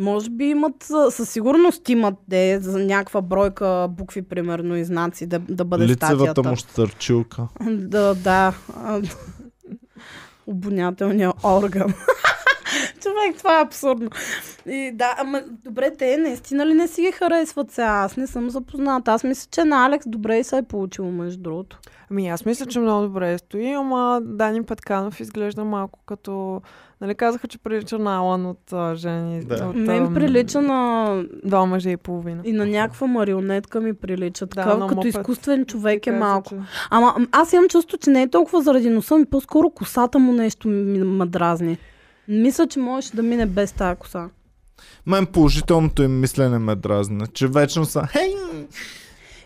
Speaker 3: Може би имат, а, със сигурност имат де, за някаква бройка букви, примерно, и знаци да, да бъде
Speaker 1: Лицевата
Speaker 3: статията. <laughs>
Speaker 1: му щърчилка.
Speaker 3: Да, да. А, Обонятелния орган. <laughs> човек, това е абсурдно. И да, ама добре, те наистина ли не си ги харесват сега? Аз не съм запозната. Аз мисля, че на Алекс добре и се е получило, между другото.
Speaker 2: Ами аз мисля, че много добре стои, ама Дани Петканов изглежда малко като... Нали казаха, че прилича на Алан от а, жени.
Speaker 1: Да.
Speaker 2: От,
Speaker 3: Ме
Speaker 2: ам,
Speaker 3: им прилича на...
Speaker 2: Два мъже и половина.
Speaker 3: И на някаква марионетка ми прилича. Такава,
Speaker 2: на
Speaker 3: като
Speaker 2: мопед.
Speaker 3: изкуствен човек е
Speaker 2: Каза,
Speaker 3: малко.
Speaker 2: че-
Speaker 3: Ама м, аз имам чувство, че не е толкова заради носа ми, по-скоро косата му нещо ми ме дразни. Мисля, че можеше да мине без тази коса.
Speaker 1: Мен положителното им мислене ме дразна, че вечно са Хей,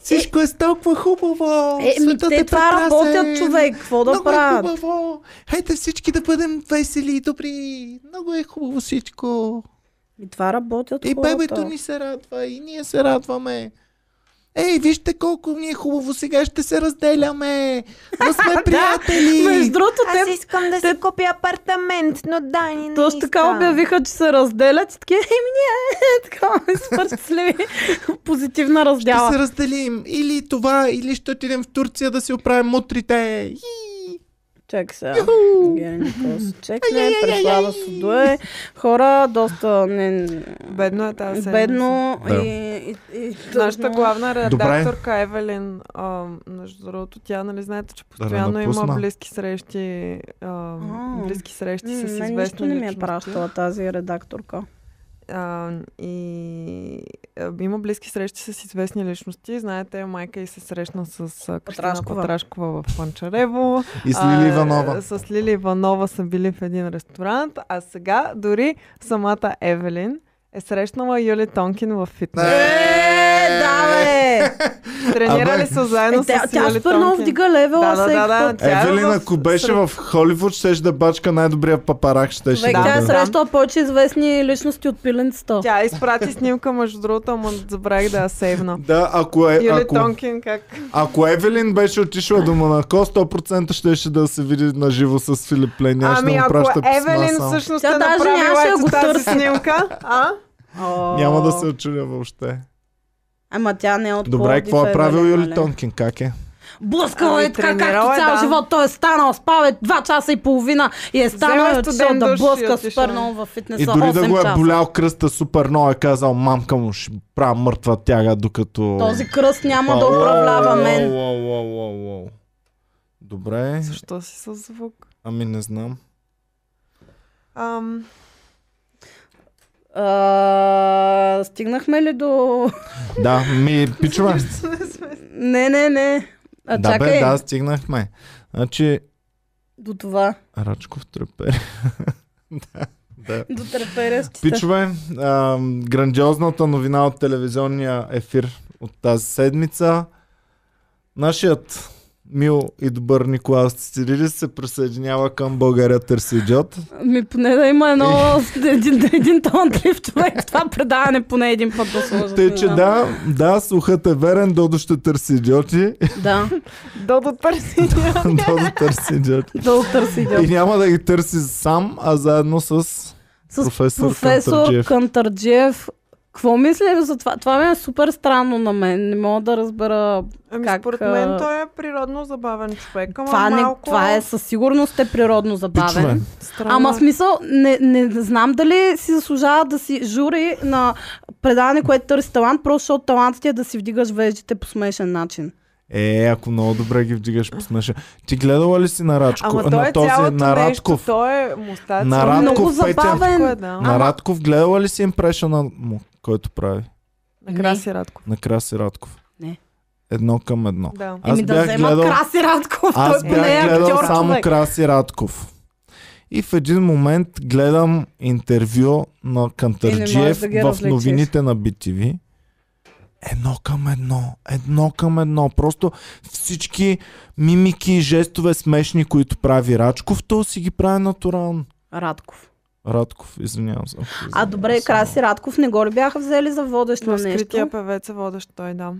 Speaker 1: всичко е толкова хубаво!
Speaker 3: Е, ми
Speaker 1: светът
Speaker 3: те
Speaker 1: е
Speaker 3: това
Speaker 1: прекрасен,
Speaker 3: работят, човек. Какво да
Speaker 1: Много е
Speaker 3: правят?
Speaker 1: хубаво! Хайде всички да бъдем весели и добри! Много е хубаво всичко!
Speaker 3: И това работят
Speaker 1: И
Speaker 3: хората.
Speaker 1: Е, бебето ни се радва, и ние се радваме. Ей, вижте колко ни е хубаво, сега ще се разделяме. Да сме
Speaker 3: Между
Speaker 1: приятели.
Speaker 3: другото,
Speaker 4: Аз
Speaker 3: те
Speaker 4: искам да си купя апартамент, но Дани не
Speaker 3: точно така
Speaker 4: иска.
Speaker 3: обявиха, че се разделят и такива, еми ние, <laughs> така, супер щастливи, позитивна
Speaker 1: Ще
Speaker 3: раздяла.
Speaker 1: се разделим. Или това, или ще отидем в Турция да си оправим мутрите. И-
Speaker 3: Чак сега. Евгений Николов се Чекне, преслава судое. Хора, доста не,
Speaker 2: Бедно е тази седмица.
Speaker 3: бедно
Speaker 1: Да.
Speaker 3: и, и, и
Speaker 2: Нашата
Speaker 3: тъжно.
Speaker 2: главна
Speaker 1: Добре.
Speaker 2: редакторка Евелин, а, между другото, тя, нали знаете, че
Speaker 1: не
Speaker 2: постоянно има
Speaker 1: напусна.
Speaker 2: близки срещи, а,
Speaker 3: А.
Speaker 2: близки срещи с
Speaker 3: М,
Speaker 2: известни
Speaker 3: Мен нищо не ми е
Speaker 2: личности.
Speaker 3: пращала тази редакторка.
Speaker 2: А, и а, има близки срещи с известни личности. Знаете, майка и се срещна с а, Кристина
Speaker 3: Патрашкова.
Speaker 2: Патрашкова, Патрашкова в Панчарево.
Speaker 1: И с Лили Иванова.
Speaker 2: А, с Лили Иванова са били в един ресторант, а сега дори самата Евелин е срещнала Юли Тонкин в фитнес.
Speaker 3: Е, да, бе!
Speaker 2: Тренирали
Speaker 1: Абе.
Speaker 2: са
Speaker 3: Е,
Speaker 2: заедно с
Speaker 3: тя, тя
Speaker 2: Юли
Speaker 3: супер много
Speaker 2: Тонкин.
Speaker 3: вдига левела
Speaker 2: Да, да,
Speaker 3: всеки
Speaker 2: да, да.
Speaker 3: път.
Speaker 2: Тя е
Speaker 1: Евелин,
Speaker 2: в-
Speaker 1: ако беше в Холивуд, щеше да бачка най-добрия папарак, щеше
Speaker 3: Човек,
Speaker 1: да
Speaker 3: тя е
Speaker 2: да.
Speaker 1: бъде.
Speaker 3: срещала повече известни личности от пиленцата.
Speaker 2: Тя изпрати снимка, между другото, ама забравих да я сейвна.
Speaker 1: Да, ако, е,
Speaker 2: Юли
Speaker 1: ако,
Speaker 2: Тонкин как?
Speaker 1: ако Евелин беше отишла до Монако, 100% щеше да се види на живо с Филип Ления. ще
Speaker 2: ами
Speaker 1: му
Speaker 2: ако
Speaker 1: праща писма
Speaker 2: Евелин
Speaker 1: само.
Speaker 2: всъщност
Speaker 3: Тя
Speaker 2: е
Speaker 3: даже
Speaker 2: направила
Speaker 3: нямаше да
Speaker 2: ето
Speaker 3: го
Speaker 2: тази
Speaker 3: търси.
Speaker 2: снимка, а?
Speaker 1: Няма да се очудя въобще.
Speaker 3: Ама тя не е от
Speaker 1: Добре,
Speaker 3: Пловдив,
Speaker 1: какво е правил
Speaker 3: Евелин,
Speaker 1: Юли
Speaker 3: нали?
Speaker 1: Тонкин? Как е?
Speaker 3: Блъскала е
Speaker 2: Ами,
Speaker 3: така, както
Speaker 2: тренирала е,
Speaker 3: цял
Speaker 2: да.
Speaker 3: живот. Той е станал, спал е 2 часа и половина и е станал
Speaker 2: Взела
Speaker 3: и е отишъл
Speaker 2: студен
Speaker 3: да
Speaker 2: душ и
Speaker 3: блъска
Speaker 2: отишъл.
Speaker 3: супер много в фитнеса.
Speaker 1: И дори да
Speaker 3: 8
Speaker 1: го е
Speaker 3: часа.
Speaker 1: болял кръста супер много е казал мамка му ще правя мъртва тяга докато... е-»
Speaker 3: Този кръст няма
Speaker 1: Ау,
Speaker 3: да управлява
Speaker 1: ау,
Speaker 3: мен.
Speaker 1: ау, ау, ау, ау, ау. Добре,
Speaker 2: Защо си със звук?
Speaker 1: ами не знам.
Speaker 2: Ам,
Speaker 3: А, Стигнахме ли до...
Speaker 1: Да, ми пичува.
Speaker 3: Не, не, не. А,
Speaker 1: Да бе,
Speaker 3: чакай,
Speaker 1: да, стигнахме. Значи,
Speaker 3: до това.
Speaker 1: Рачков трепер. <laughs> да, да.
Speaker 3: До треперещите.
Speaker 1: Пичове, а, грандиозната новина от телевизионния ефир от тази седмица. Нашият мил и добър Николас Цицеридис се присъединява към България Търси идиот.
Speaker 3: Ми поне да има едно, един, един талантлив човек. в Това предаване поне един път да сложат.
Speaker 1: Тъй,
Speaker 3: не
Speaker 1: че
Speaker 3: знам.
Speaker 1: да, да, слухът е верен, Додо ще търси
Speaker 2: <laughs>
Speaker 1: идиоти.
Speaker 3: Да,
Speaker 2: Додо търси.
Speaker 1: Додо търси идиоти.
Speaker 3: да оттърси идиот.
Speaker 1: И няма да ги търси сам, а заедно с
Speaker 3: С
Speaker 1: професор,
Speaker 3: професор
Speaker 1: Кантарджиев.
Speaker 3: Кантарджиев. Какво мислим за това? Това ми е супер странно на мен. Не мога да разбера.
Speaker 2: Ами
Speaker 3: Как,
Speaker 2: според
Speaker 3: а,
Speaker 2: мен той е природно забавен човек, ама
Speaker 3: Това, не,
Speaker 2: малко...
Speaker 3: това е със сигурност е природно
Speaker 1: Пичове,
Speaker 3: забавен.
Speaker 2: странно.
Speaker 3: Ама смисъл, не, не знам дали си заслужава да си жури на предаване, което търси талант, просто защото талантът ти е да си вдигаш веждите по смешен начин.
Speaker 1: е, ако много добре ги вдигаш, посмеша. Ти гледала ли си на Рачко?
Speaker 2: Ама той
Speaker 1: на
Speaker 2: е цялото
Speaker 1: на Радков.
Speaker 2: нещо, той е мустаци.
Speaker 1: На Радков,
Speaker 3: Много
Speaker 1: Петя.
Speaker 3: забавен.
Speaker 2: Кой е, да?
Speaker 1: На Радков гледала ли си импрешъна му, който прави?
Speaker 2: На Краси Радков.
Speaker 1: На Краси Радков.
Speaker 3: Не.
Speaker 1: Едно към едно.
Speaker 2: Да.
Speaker 1: Аз
Speaker 3: Еми да
Speaker 1: бях
Speaker 3: взема
Speaker 1: гледал-
Speaker 3: Краси Радков,
Speaker 1: Аз
Speaker 3: той поне е
Speaker 1: бях гледал
Speaker 3: актьор
Speaker 1: само
Speaker 3: човек.
Speaker 1: Краси Радков. И в един момент гледам интервю на
Speaker 3: И не
Speaker 1: Кантарджиев
Speaker 3: можеш да ги
Speaker 1: в
Speaker 3: различиш.
Speaker 1: новините на BTV. Едно към едно, едно към едно. Просто всички мимики и жестове смешни, които прави Рачков, то си ги прави натурално.
Speaker 3: Радков.
Speaker 1: Радков, извинявам се.
Speaker 3: А добре, Краси Радков не го ли бяха взели за водещ на
Speaker 2: В скрития
Speaker 3: нещо?
Speaker 2: певец е водещ той, да.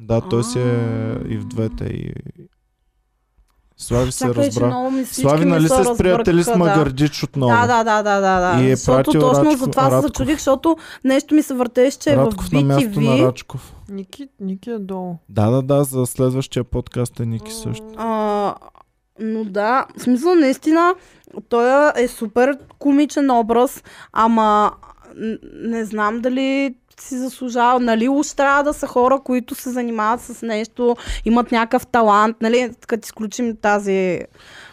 Speaker 1: Да, той си е
Speaker 3: А.
Speaker 1: и в двете и... Слави се
Speaker 3: Чакай, че
Speaker 1: разбра.
Speaker 3: много ми всички
Speaker 1: Слави,
Speaker 3: ми
Speaker 1: нали
Speaker 3: се
Speaker 1: се сприятели с
Speaker 3: разбъркаха, да.
Speaker 1: Магардич отново?
Speaker 3: Да, да, да, да, да, да.
Speaker 1: И е
Speaker 3: защото
Speaker 1: пратил
Speaker 3: точно
Speaker 1: Рачко-
Speaker 3: за това се
Speaker 1: Радков.
Speaker 3: зачудих, защото нещо ми се въртеше, че е в
Speaker 1: Радков на място на
Speaker 3: BTV.
Speaker 1: Рачков.
Speaker 2: Ники, Ники е долу.
Speaker 1: Да, да, да, за следващия подкаст е Ники също.
Speaker 3: А, Но да, в смисъл наистина, той е супер комичен образ, ама н- не знам дали си заслужава. Нали, уж трябва да са хора, които се занимават с нещо, имат някакъв талант, нали, като изключим тази,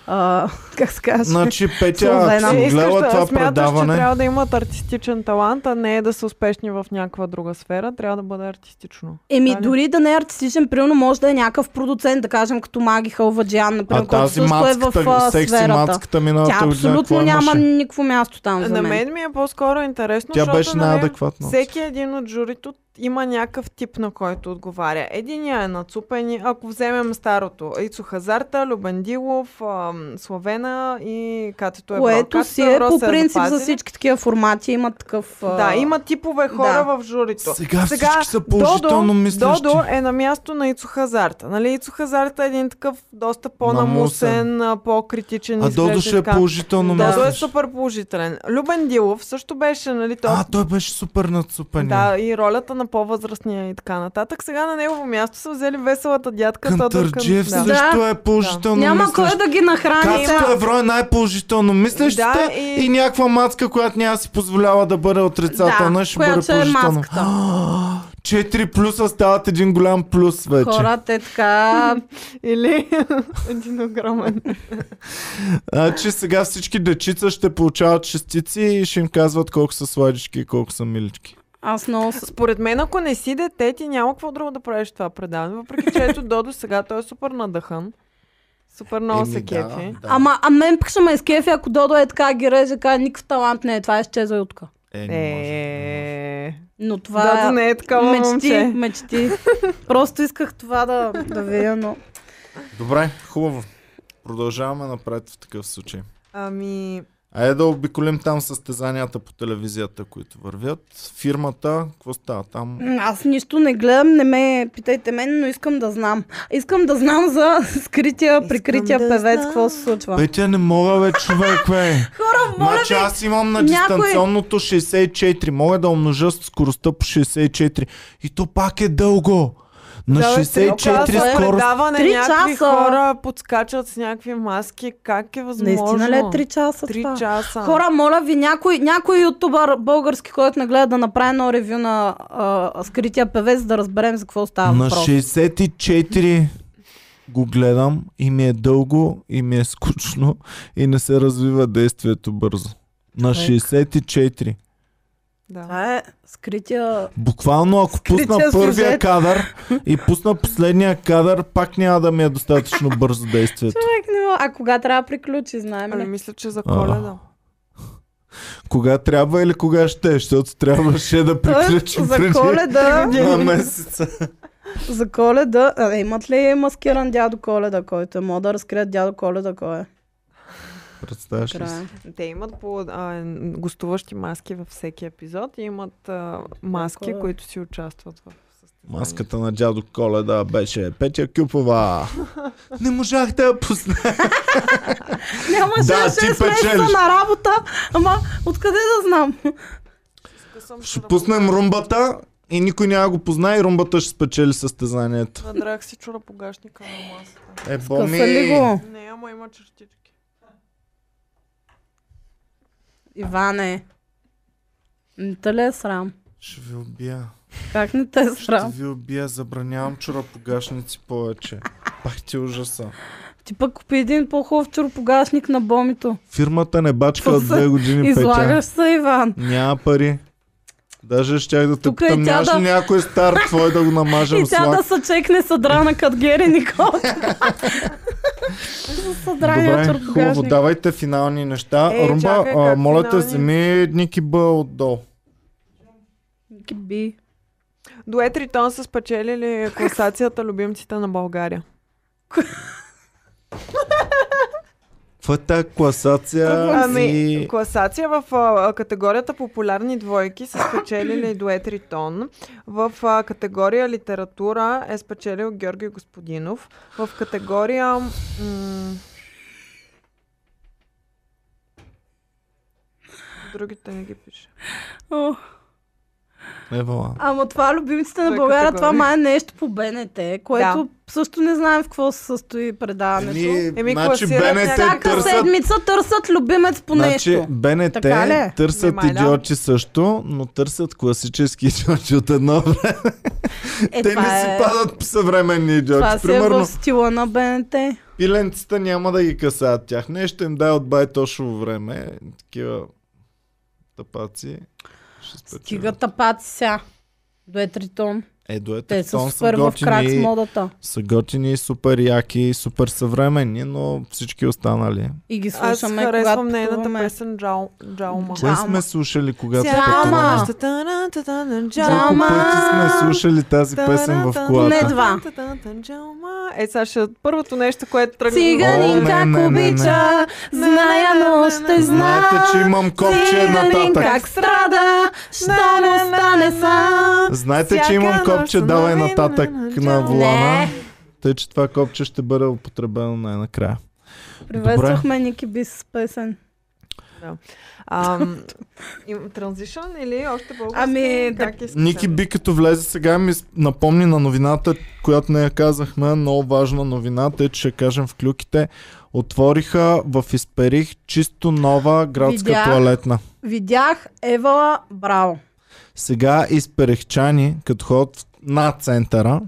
Speaker 3: а, <laughs> как се казва?
Speaker 1: Значи, Петя,
Speaker 3: Словена.
Speaker 1: ако съм
Speaker 2: Е, Искаш
Speaker 1: гледала
Speaker 2: да
Speaker 1: това
Speaker 2: смяташ, че
Speaker 1: предаване,
Speaker 2: трябва да имат артистичен талант, а не да са успешни в някаква друга сфера. Трябва да бъде артистично.
Speaker 3: Еми,
Speaker 2: Така ли?
Speaker 3: дори да не е артистичен, примерно може да е някакъв продуцент, да кажем, като Маги Халваджиан, например,
Speaker 1: а
Speaker 3: който
Speaker 1: тази
Speaker 3: също е в
Speaker 1: мацката,
Speaker 3: а,
Speaker 1: секси
Speaker 3: сферата.
Speaker 1: мацката
Speaker 3: Тя
Speaker 1: миналата година,
Speaker 3: абсолютно
Speaker 1: какво
Speaker 3: няма
Speaker 1: имаше?
Speaker 3: никакво място там за
Speaker 2: На
Speaker 3: мен.
Speaker 2: мен ми е по-скоро интересно,
Speaker 1: Тя
Speaker 2: защото
Speaker 1: беше
Speaker 2: нали,
Speaker 1: неадекватна.
Speaker 2: всеки един от журито има някакъв тип, на който отговаря. Единия е нацупен, ако вземем старото, Ицо Хазарта, Любен Дилов, ам, Словена и Катето Евро.
Speaker 3: Което
Speaker 2: Катето
Speaker 3: си е
Speaker 2: Евро
Speaker 3: по
Speaker 2: са я
Speaker 3: принцип за
Speaker 2: запазили.
Speaker 3: всички такива формати. Има такъв... а,
Speaker 2: Да, има типове хора
Speaker 3: Да.
Speaker 2: в журито.
Speaker 1: Сега всички са положително мислещи.
Speaker 2: Додо е на място на Ицо Хазарта. Нали, Ицо Хазарта е един такъв доста по-намусен, а, по-критичен.
Speaker 1: А
Speaker 2: изглежда
Speaker 1: Додо
Speaker 2: и
Speaker 1: ще е
Speaker 2: така.
Speaker 1: положително
Speaker 3: Да.
Speaker 2: Додо е
Speaker 1: мислещ.
Speaker 2: супер положителен. Любен Дилов също беше, нали, то
Speaker 1: А, той беше супер нацупен.
Speaker 2: Да, и ролята на по-възрастния и така нататък. Сега на негово място са взели веселата дядка. Тодор
Speaker 1: Кантарджиев
Speaker 2: Кън- да.
Speaker 1: също е положително
Speaker 3: Няма
Speaker 1: мислещ.
Speaker 3: кой да е ги нахрани.
Speaker 1: Катото
Speaker 3: Да.
Speaker 1: евро е най-положително мислещата
Speaker 2: Да,
Speaker 1: да, и...
Speaker 2: и-
Speaker 1: и някаква мацка, която няма си позволява да бъде отрицателна,
Speaker 3: Да,
Speaker 1: ще бъде
Speaker 3: която е
Speaker 1: положителна.
Speaker 3: мацката.
Speaker 1: А, <gasps> Четири плюса стават един голям плюс вече.
Speaker 3: Хората е така...
Speaker 2: Или <laughs> един огромен.
Speaker 1: Значи сега всички дечица ще получават шестици и ще им казват колко са сладички и колко са милички.
Speaker 3: <laughs> Аз много... с-
Speaker 2: Според мен, ако не си дете, ти няма какво друго да правиш в това предаване. Въпреки, че ето Додо сега той е супер надъхан. Супер много се кефи.
Speaker 3: Ама, а мен пък ще ме изкефи, ако Додо е така ги реже, каже, никакъв талант не е, това е изчезва ютка.
Speaker 1: Е, не може, не
Speaker 2: Е,
Speaker 3: Но това
Speaker 2: Додо
Speaker 3: е...
Speaker 2: не е такова
Speaker 3: мечти,
Speaker 2: момче.
Speaker 3: <laughs> мечти. Просто исках това да, да видя, но...
Speaker 1: може. Добре, хубаво. Продължаваме напред в такъв случай.
Speaker 2: Ами,
Speaker 1: Айде е да обиколим там състезанията по телевизията, които вървят. Фирмата, какво става там?
Speaker 3: Аз нищо не гледам, не ме питайте мен, но искам да знам. Искам да знам за <laughs> скрития, прикрития
Speaker 4: да
Speaker 3: певец,
Speaker 4: знам.
Speaker 3: какво се случва.
Speaker 1: Петя, не мога бе, човек, бе. Хора,
Speaker 3: моля
Speaker 1: значи, аз имам на
Speaker 3: някой-
Speaker 1: дистанционното 64. Мога да умножа скоростта по 64. И то пак е дълго. На
Speaker 2: да, бе, три
Speaker 1: 64
Speaker 2: часа е
Speaker 1: скорост.
Speaker 2: Предаване,
Speaker 3: Три
Speaker 2: някакви
Speaker 3: часа.
Speaker 2: хора подскачат с някакви маски. Как е възможно?
Speaker 3: Наистина ли е 3 часа
Speaker 2: Три
Speaker 3: това?
Speaker 2: часа.
Speaker 3: Хора, моля ви, някой, някой ютубър български, който не гледа да направи едно ревю на а, скрития певец, да разберем за какво става
Speaker 1: На
Speaker 3: въпрос.
Speaker 1: 64 го гледам и ми е дълго, и ми е скучно, и не се развива действието бързо. На
Speaker 3: Човек.
Speaker 1: 64.
Speaker 2: Да.
Speaker 3: Това е скрития...
Speaker 1: Буквално ако
Speaker 3: Скрития
Speaker 1: пусна първия
Speaker 3: сюжет. <laughs>
Speaker 1: кадър и пусна последния кадър, пак няма да ми е достатъчно бързо действието.
Speaker 3: Човек не мога- А кога трябва да приключи, знаем
Speaker 2: Ами,
Speaker 3: ли?
Speaker 2: мисля, че за
Speaker 1: А.
Speaker 2: коледа.
Speaker 1: Кога трябва или кога ще, защото трябваше да приключим
Speaker 3: е за
Speaker 1: преди
Speaker 3: коледа,
Speaker 1: два месеца.
Speaker 3: за коледа, а, имат ли маскиран дядо коледа, който е? Мога да разкрият дядо коледа, кой е?
Speaker 1: Представяш ли си?
Speaker 3: Края.
Speaker 2: Те имат по а, гостуващи маски във всеки епизод и имат а, маски,
Speaker 3: Такова е.
Speaker 2: които си участват в състезанието.
Speaker 1: Маската на дядо Коледа беше Петя Кюпова. Не можах да я пусна.
Speaker 3: Нямаше
Speaker 1: Да,
Speaker 3: да,
Speaker 1: ти
Speaker 3: 6 месеца
Speaker 1: печелиш.
Speaker 3: на работа, ама откъде да знам?
Speaker 2: Късам се
Speaker 1: Ще
Speaker 2: да
Speaker 1: пуснем румбата и никой няма го познае и румбата ще спечели състезанието.
Speaker 2: пусна. Надрах си чура погашника на масата.
Speaker 1: Е,
Speaker 3: Къса ли
Speaker 1: боми.
Speaker 3: го?
Speaker 2: Не, ама има чертички.
Speaker 3: Иване, не те ли е срам?
Speaker 1: Ще ви убия.
Speaker 3: Как не те е
Speaker 1: Ще
Speaker 3: срам?
Speaker 1: ви убия. Забранявам чорапогашници повече. Пах ти е ужаса.
Speaker 3: Ти пък купи един по-хубав чурпогашник на бомито.
Speaker 1: Фирмата не бачка от две години, Петя.
Speaker 3: Излагаш се, Иван.
Speaker 1: Няма пари. Даже щях да те
Speaker 3: Тука и
Speaker 1: питам,
Speaker 3: тя
Speaker 1: нямаш
Speaker 3: да-
Speaker 1: ли някой стар твой да го намажем
Speaker 3: <laughs> И
Speaker 1: с
Speaker 3: тя да
Speaker 1: лак?
Speaker 3: се чекне съдрана като Гери Никол.
Speaker 1: <laughs>
Speaker 3: За съдрания
Speaker 1: Добре, хубаво,
Speaker 3: чурпогашник.
Speaker 1: давайте финални неща.
Speaker 2: Ей,
Speaker 1: Румба,
Speaker 2: чакай,
Speaker 1: а,
Speaker 2: как
Speaker 1: моля те,
Speaker 2: финални?
Speaker 1: вземи Ники Б отдолу.
Speaker 3: Би.
Speaker 2: Дуе Тритон са спечелили класацията любимците на България.
Speaker 1: Това е тая класация
Speaker 2: Ами,
Speaker 1: и...
Speaker 2: класация в а, категорията популярни двойки са спечелили дуе Тритон. В а, категория литература е спечелил Георги Господинов. В категория... М- другите не ги пише.
Speaker 3: О,
Speaker 1: Евала.
Speaker 3: Ама това е любимците на
Speaker 2: Той
Speaker 3: България, това
Speaker 2: категорично.
Speaker 3: май е нещо по БНТ, което също не знаем в какво се състои предаването.
Speaker 1: Еми,
Speaker 2: Еми,
Speaker 1: значи
Speaker 2: класират
Speaker 1: БНТ
Speaker 2: някак-
Speaker 3: Всяка
Speaker 1: търсят...
Speaker 3: седмица търсят любимец по
Speaker 1: Значи,
Speaker 3: нещо.
Speaker 1: БНТ
Speaker 3: Така ли?
Speaker 1: търсят
Speaker 2: Нима, да.
Speaker 1: идиоти също, но търсят класически <laughs> идиоти от едно време.
Speaker 3: Е,
Speaker 1: Те не
Speaker 3: това
Speaker 1: си
Speaker 3: е...
Speaker 1: падат съвременни
Speaker 3: Това
Speaker 1: идиоти.
Speaker 3: си е в
Speaker 1: Примерно, Значи,
Speaker 3: стила на БНТ.
Speaker 1: пиленцата няма да ги касаят тях. Нещо им дай от байтошово време. Такива тъпаци. Ще спечелят.
Speaker 3: Стига тапаци ся. До етритон.
Speaker 1: Е, дуете
Speaker 3: Те
Speaker 1: в тон
Speaker 3: са
Speaker 1: са
Speaker 3: супер в крак с
Speaker 1: готини,
Speaker 3: модата.
Speaker 1: са готини, супер яки, супер съвременни, но всички останали.
Speaker 3: И ги
Speaker 2: Аз
Speaker 3: слушаме, когато
Speaker 2: харесвам нейната
Speaker 3: пътуваме.
Speaker 2: песен Джал- Джалма.
Speaker 1: Кое е
Speaker 3: Джама.
Speaker 1: сме слушали, когато
Speaker 3: Джама.
Speaker 1: пътуваме? Колко
Speaker 3: Джама.
Speaker 1: пъти сме слушали тази е песен в
Speaker 3: Не
Speaker 1: колата?
Speaker 3: два.
Speaker 2: Е, сега ще първото нещо, което тръгна.
Speaker 1: О,
Speaker 3: Циганин
Speaker 1: не, не,
Speaker 3: как
Speaker 1: не, не.
Speaker 3: обича, зная, но ще знае.
Speaker 1: Знаете, че имам копче
Speaker 3: Циганин
Speaker 1: нататък.
Speaker 3: как страда, що му стане сам.
Speaker 1: Знаете, че
Speaker 2: Всяка
Speaker 1: имам копче,
Speaker 2: нощ
Speaker 1: давай
Speaker 2: новина
Speaker 1: нататък на
Speaker 2: на
Speaker 1: вулана.
Speaker 3: Не.
Speaker 1: Тъй, че това копче ще бъде употребено най-накрая.
Speaker 3: Приветствахме Ники Бис с песен.
Speaker 2: Ам, <laughs> им- Транзишън или още български?
Speaker 3: Ами,
Speaker 2: как искате?
Speaker 1: Ники Би като влезе сега ми с- напомни на новината, която не я казахме, много важна новина, тъй че ще кажем в клюките. Отвориха в Исперих чисто нова градска
Speaker 3: Видях.
Speaker 1: туалетна.
Speaker 3: Видях Евала, браво.
Speaker 1: Сега изперехчани, като ходят в- на центъра,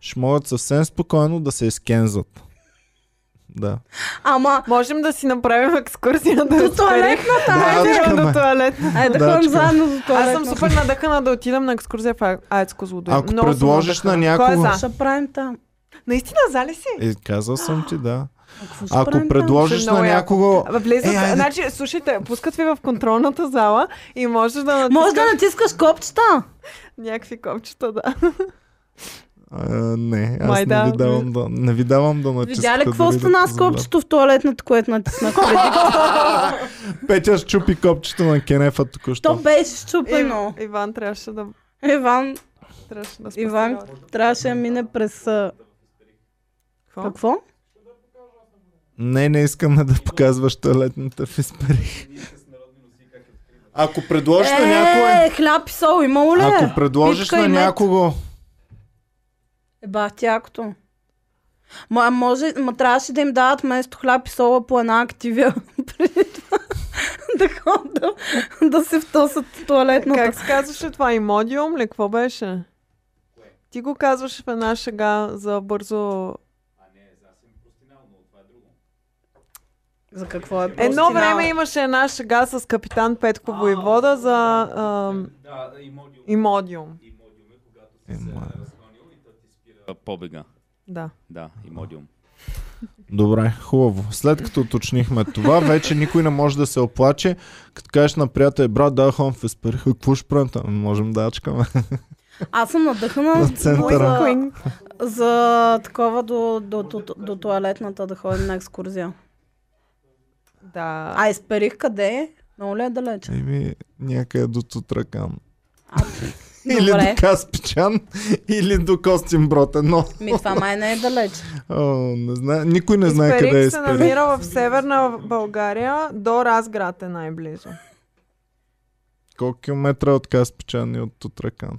Speaker 1: ще могат съвсем спокойно да се изкензат. Да.
Speaker 3: Ама,
Speaker 2: Можем да си направим екскурзия да
Speaker 3: до туалетната,
Speaker 1: Да,
Speaker 3: айде.
Speaker 1: чакаме.
Speaker 2: до туалетна.
Speaker 3: Айде
Speaker 1: Да,
Speaker 3: да ходим
Speaker 1: чакаме.
Speaker 3: заедно до
Speaker 2: Аз съм
Speaker 3: туалетната.
Speaker 2: супер надъхана да отидам на екскурзия в А- Аец Козлодуй.
Speaker 1: Ако
Speaker 2: Много съм
Speaker 1: предложиш на
Speaker 2: надъхана. Кой е
Speaker 1: някого-
Speaker 2: за?
Speaker 3: Ще правим там.
Speaker 2: Наистина за ли си?
Speaker 1: Е, казал съм ти, да.
Speaker 3: А какво ще
Speaker 1: Ако
Speaker 3: правим там?
Speaker 1: предложиш
Speaker 2: Много
Speaker 1: на
Speaker 2: яко.
Speaker 1: някого...
Speaker 2: Абе, Влизат,
Speaker 1: Е, айде.
Speaker 2: значи, слушайте, пускат ви в контролната зала и можеш да натискаш
Speaker 3: Може да натискаш копчета.
Speaker 2: някакви копчета, да.
Speaker 1: А, не, аз
Speaker 2: Май
Speaker 1: не,
Speaker 2: да.
Speaker 1: ви давам да, не ви давам да натискате.
Speaker 3: Видя ли какво
Speaker 1: дори да
Speaker 3: стана с
Speaker 1: позволя.
Speaker 3: копчето в туалетната, което <laughs> натиснах преди?
Speaker 1: Петя щупи копчето на Кенефа
Speaker 3: То
Speaker 1: току-що.
Speaker 3: беше щупено.
Speaker 2: И, Иван трябваше да,
Speaker 3: Иван,
Speaker 2: трябваше да спасти
Speaker 3: Иван
Speaker 2: работа.
Speaker 3: трябваше да мине през... а,
Speaker 2: Какво?
Speaker 3: Какво?
Speaker 1: Не, не искаме да показваш туалетната в Исперих. Ако предложиш на някого...
Speaker 3: Е, хляб и сол, имало ли?
Speaker 1: Ако
Speaker 3: е?
Speaker 1: предложиш
Speaker 3: питка
Speaker 1: на
Speaker 3: и мед.
Speaker 1: някого...
Speaker 3: Е, бах ти якото. Ма, може, ма трябваше да им дават вместо хляб и сола по една активия <laughs> преди това. да ходят да, да се втосат в туалетната.
Speaker 2: Как се казваше това? Имодиум ли? Какво беше? Ти го казваш в една шега за бързо...
Speaker 3: За какво е
Speaker 2: Едно
Speaker 3: простинала?
Speaker 2: време имаше една шега с капитан Петко Воевода за ам, имодиум.
Speaker 1: Ема,
Speaker 5: Побега.
Speaker 2: Да.
Speaker 5: Да, и модиум.
Speaker 1: Добре, хубаво. След като уточнихме това, вече никой не може да се оплаче. Като кажеш на приятел, брат, да, хон в Исперих, а какво ще правим там? Ами, Можем да ачкаме. <laughs>
Speaker 3: Аз съм надъхана
Speaker 1: На центъра.
Speaker 3: за, за такова до, до, до, до туалетната да ходим на екскурзия.
Speaker 2: Да.
Speaker 3: А изперих къде е? Много ли е далече?
Speaker 1: Еми, някъде до Тутракан.
Speaker 3: А,
Speaker 1: Или
Speaker 3: добре.
Speaker 1: до Каспичан, или до Костинброд. Но,
Speaker 3: Ми това май не е далеч.
Speaker 1: о, не знае, никой не знае
Speaker 2: Исперих
Speaker 1: къде е
Speaker 2: се
Speaker 1: Исперих.
Speaker 2: намира в северна България, до Разград е най-близо.
Speaker 1: Колко километра е от Каспичан и от Тутракан?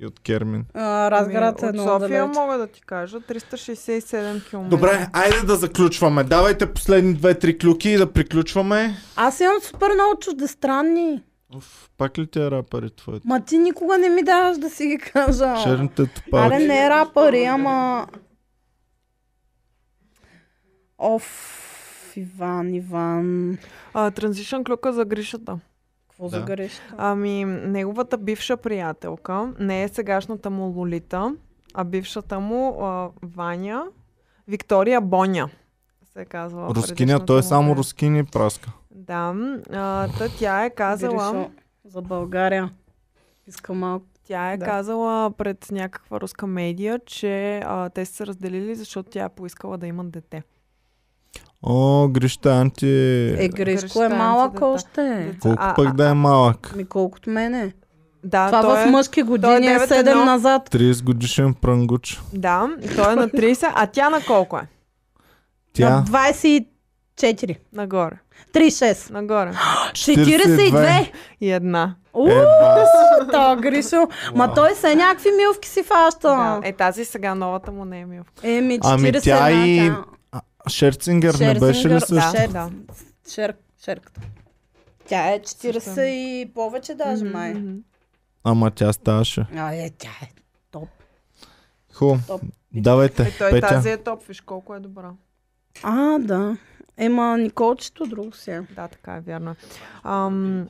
Speaker 1: И от Кермин.
Speaker 3: А, Разград
Speaker 2: Ами,
Speaker 3: е
Speaker 2: от
Speaker 3: много
Speaker 2: София
Speaker 3: далеч.
Speaker 2: мога да ти кажа. 367 км.
Speaker 1: Добре, айде да заключваме. Давайте последни две-три клюки и да приключваме.
Speaker 3: Аз имам супер много чуждестранни.
Speaker 1: Уф, пак ли ти е рапъри твоите?
Speaker 3: Ма ти никога не ми даваш да си ги <laughs> кажа.
Speaker 1: Черните
Speaker 3: Аре,
Speaker 1: топалки.
Speaker 3: не е рапъри, ама... Оф, Иван, Иван.
Speaker 2: А, транзишън клюка за Гришата.
Speaker 3: Какво
Speaker 1: Да.
Speaker 3: за гореща?
Speaker 2: Ами, неговата бивша приятелка, не е сегашната му Лолита, а бившата му а, Ваня, Виктория Боня. Се е казва.
Speaker 1: Рускиня,
Speaker 2: предишната
Speaker 1: той е
Speaker 2: му
Speaker 1: само
Speaker 2: приятелка.
Speaker 1: рускини праска.
Speaker 2: Да, а, та тя е казала,
Speaker 3: Биришо За България. Искам малко.
Speaker 2: тя е
Speaker 3: Да.
Speaker 2: казала пред някаква руска медия, че а, те са се разделили, защото тя е поискала да имат дете.
Speaker 1: О, Грища, анти...
Speaker 3: Е, Гришко е
Speaker 2: Грещанци,
Speaker 3: малък
Speaker 2: дета.
Speaker 3: още.
Speaker 2: Деца.
Speaker 1: Колко
Speaker 2: А,
Speaker 1: пък
Speaker 2: а,
Speaker 1: да е малък?
Speaker 3: Ми колкото мене.
Speaker 2: Да,
Speaker 3: Това
Speaker 2: той
Speaker 3: в
Speaker 2: е,
Speaker 3: мъжки
Speaker 2: той
Speaker 3: години
Speaker 2: е
Speaker 3: е
Speaker 2: 9-1.
Speaker 3: 7 назад.
Speaker 1: 30 годишен прангуч.
Speaker 2: Да, той е на 30, а тя на колко е?
Speaker 1: Тя
Speaker 3: На 24.
Speaker 2: Нагоре.
Speaker 3: 36.
Speaker 2: Нагоре.
Speaker 3: 42.
Speaker 1: 42.
Speaker 2: И една.
Speaker 1: Е,
Speaker 3: Уу,
Speaker 1: бас.
Speaker 3: <laughs> Та, Гришо. Ма той са някакви милки си фаща.
Speaker 2: Да. Е, тази сега новата му не е милф.
Speaker 3: Еми, 41.
Speaker 1: Ами тя и-
Speaker 3: тя.
Speaker 1: Шерцингър не беше ли
Speaker 3: Шерцингър,
Speaker 1: също?
Speaker 2: Да,
Speaker 3: Шерц.
Speaker 2: да.
Speaker 3: Шер, шерката. Тя е 40
Speaker 2: Също е.
Speaker 3: и повече даже май.
Speaker 2: Мгм.
Speaker 1: Ама тя ставаше.
Speaker 3: А, е, тя е топ.
Speaker 1: Хубаво.
Speaker 3: Топ.
Speaker 1: Давайте,
Speaker 2: Е, той
Speaker 1: Петя.
Speaker 2: тази е топ, виж колко е добра.
Speaker 3: А, да. Ема Николчето друго си е.
Speaker 2: Да, така е, вярно. Ам,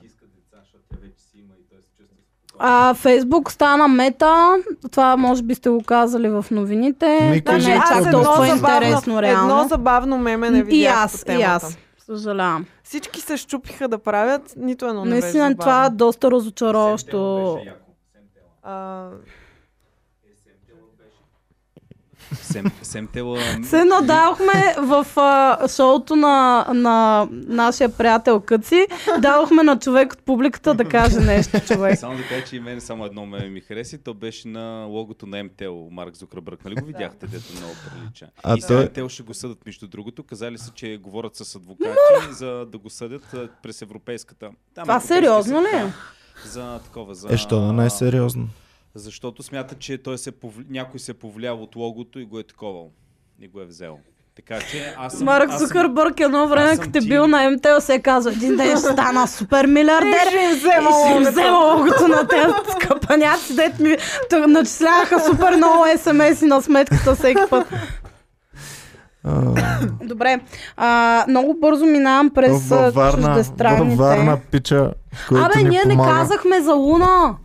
Speaker 3: А, Фейсбук стана мета. Това може би сте го казали в новините.
Speaker 1: Ми
Speaker 3: Това
Speaker 1: кажи,
Speaker 3: не е
Speaker 1: аз
Speaker 3: чак
Speaker 1: едно
Speaker 3: толкова
Speaker 2: забавно-
Speaker 3: интересно,
Speaker 2: едно
Speaker 3: реално.
Speaker 2: забавно меме не видях
Speaker 3: И аз,
Speaker 2: по
Speaker 3: и
Speaker 2: темата.
Speaker 3: аз. Съжалявам.
Speaker 2: Всички се щупиха да правят, нито едно не беше
Speaker 3: Наистина
Speaker 2: забавно.
Speaker 3: това е доста разочароващо.
Speaker 2: А,
Speaker 5: Сем,
Speaker 3: <laughs>
Speaker 5: семтела...
Speaker 3: Се надавахме в а, шоуто на, на нашия приятел Къци. Давахме на човек от публиката да каже нещо, човек.
Speaker 5: Само да кажа, че и мен само едно ме ми хареси. То беше на логото на МТЛ, Марк
Speaker 3: <laughs>
Speaker 5: Зукърбърг. Нали го видяхте, дето много прилича?
Speaker 1: А
Speaker 5: и сега
Speaker 1: той-
Speaker 5: МТЛ ще го съдат, между другото. Казали са, че говорят с адвокати, за да го съдят а, през европейската...
Speaker 3: Това
Speaker 5: Там, европейския
Speaker 3: сериозно
Speaker 5: съд,
Speaker 3: ли е?
Speaker 5: да. За такова, за...
Speaker 1: Е, що да не е сериозно.
Speaker 5: Защото смята, че той се пов... някой се е повлиял от логото и го е таковал. И го е взел. Така че аз съм...
Speaker 3: Марк
Speaker 5: аз съм-
Speaker 3: Зукърбърг едно време,
Speaker 5: аз съм
Speaker 3: като е
Speaker 5: ти.
Speaker 3: бил на МТЛ, се е казал, един ден ще стана супер милиардер
Speaker 5: Е,
Speaker 3: и ще им взема, логото на тези скъпаняци, дет ми т- начисляваха супер много смс и на сметката всеки път.
Speaker 1: А,
Speaker 3: Добре, а, много бързо минавам през а,
Speaker 1: във Варна,
Speaker 3: чуждестранните.
Speaker 1: във Варна пича, който
Speaker 3: Абе,
Speaker 1: ни
Speaker 3: ние
Speaker 1: помага.
Speaker 3: не казахме за Луна.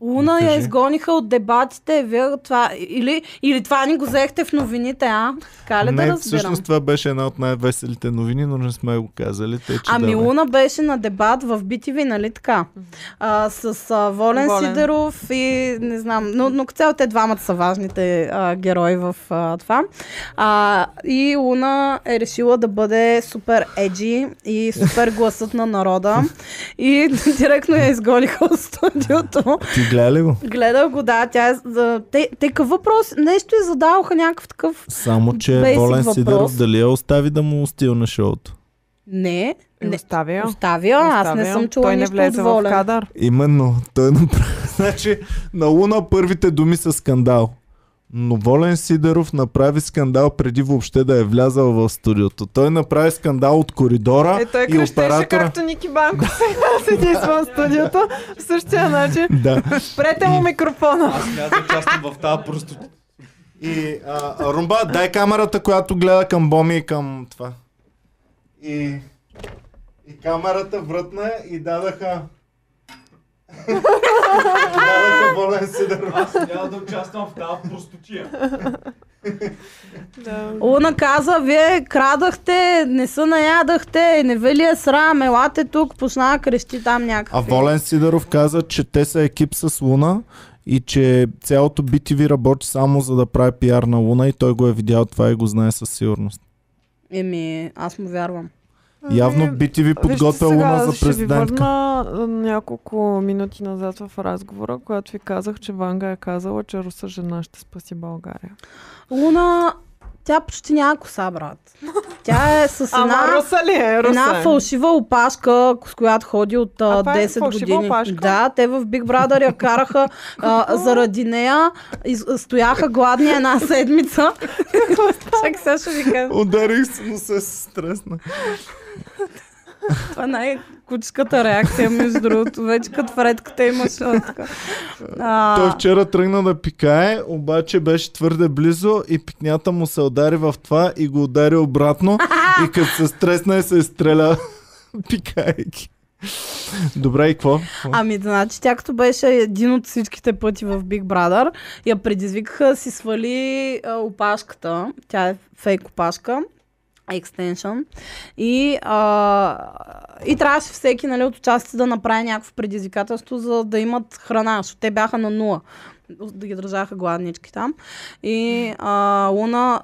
Speaker 3: Луна я
Speaker 1: Кажи.
Speaker 3: изгониха от дебатите. Вие това, или, или това ни го взехте в новините, а? Така ли да
Speaker 1: не,
Speaker 3: разбирам?
Speaker 1: всъщност това беше една от най-веселите новини, но не сме го казали. Те, че
Speaker 3: Ами
Speaker 1: да, бе.
Speaker 3: Луна беше на дебат в BTV, нали така? А, с а, Волен,
Speaker 2: Волен.
Speaker 3: Сидеров и не знам, но, но като цяло те двамата са важните а, герои в а, това. А, и Луна е решила да бъде супер еджи и супер гласът
Speaker 1: <laughs>
Speaker 3: на народа. И директно я изгониха от студиото.
Speaker 1: Ти гледа ли го?
Speaker 3: Гледах го, да, тя е... за- Те, те какъв въпрос? Нещо и задаваха някакъв такъв...
Speaker 1: Само, че
Speaker 3: Basic
Speaker 1: Волен
Speaker 3: въпрос.
Speaker 1: Сидеров дали я остави да му стил на шоуто?
Speaker 3: Не,
Speaker 2: е,
Speaker 3: не.
Speaker 2: оставя. я.
Speaker 3: Оставя, аз не
Speaker 2: Оставя я.
Speaker 3: съм чула
Speaker 2: Той не
Speaker 3: нищо
Speaker 2: влезе
Speaker 3: от
Speaker 2: в
Speaker 3: Волен.
Speaker 2: кадър.
Speaker 1: Именно, той направи. <laughs> Значи, на Луна първите думи са скандал. Но Волен Сидеров направи скандал преди въобще да е влязал в студиото. Той направи скандал от коридора
Speaker 2: Е, той
Speaker 1: и
Speaker 2: крещеше
Speaker 1: оператора.
Speaker 2: както Ники Банко <laughs> сега седи извън студиото. В същия начин.
Speaker 1: <laughs> Да.
Speaker 2: Прете му микрофона.
Speaker 5: Аз няма да участвам в тази просто...
Speaker 1: И а, Румба, дай камерата, която гледа към Боми и към това. И, и камерата вратна и дадаха... <laughs> дадаха Волен Сидеров.
Speaker 5: Аз няма да участвам в тази простотия.
Speaker 2: Да.
Speaker 3: Луна каза, вие крадахте, не се наядахте, не ви ли е срам, елате тук, почна да крещи там някакви.
Speaker 1: А Волен Сидеров каза, че те са екип с Луна и че цялото BTV работи само за да прави пиар на Луна и той го е видял това и го знае със сигурност.
Speaker 3: Еми, аз му вярвам.
Speaker 1: Явно
Speaker 2: Ами,
Speaker 1: BTV подготвя
Speaker 2: Вижте, сега
Speaker 1: Луна за
Speaker 2: Ще ви
Speaker 1: президентка.
Speaker 2: върна а, няколко минути назад в разговора, когато ви казах, че Ванга е казала, че руса жена ще спаси България.
Speaker 3: Луна, тя почти няма коса, брат. Тя е с една,
Speaker 2: ли е?
Speaker 3: една фалшива опашка, с която ходи от а,
Speaker 2: А това е
Speaker 3: 10
Speaker 2: фалшива
Speaker 3: години.
Speaker 2: опашка?
Speaker 3: Да, те в Big Brother я <laughs> караха а, заради нея, из, стояха гладни една седмица. Чакай, сега ще ви кажа.
Speaker 1: Ударих се, но се стресна.
Speaker 3: Това е най-кучката реакция, между другото. Вече като вредката имаш. <laughs> а, така. А,
Speaker 1: Той вчера тръгна да пикае, обаче беше твърде близо и пикнята му се удари в това и го удари обратно
Speaker 2: <laughs>
Speaker 1: и като се стресна и се изстреля <laughs> пикайки. Добре, и какво?
Speaker 3: Ами, значи, тя като беше един от всичките пъти в Big Brother, я предизвикаха да си свали а, опашката. Тя е фейк опашка. Екстеншън. И, а, и трябваше всеки нали, от участите да направи някакво предизвикателство, за да имат храна, защото те бяха на нула. Да ги държаха гладнички там. И а, Луна,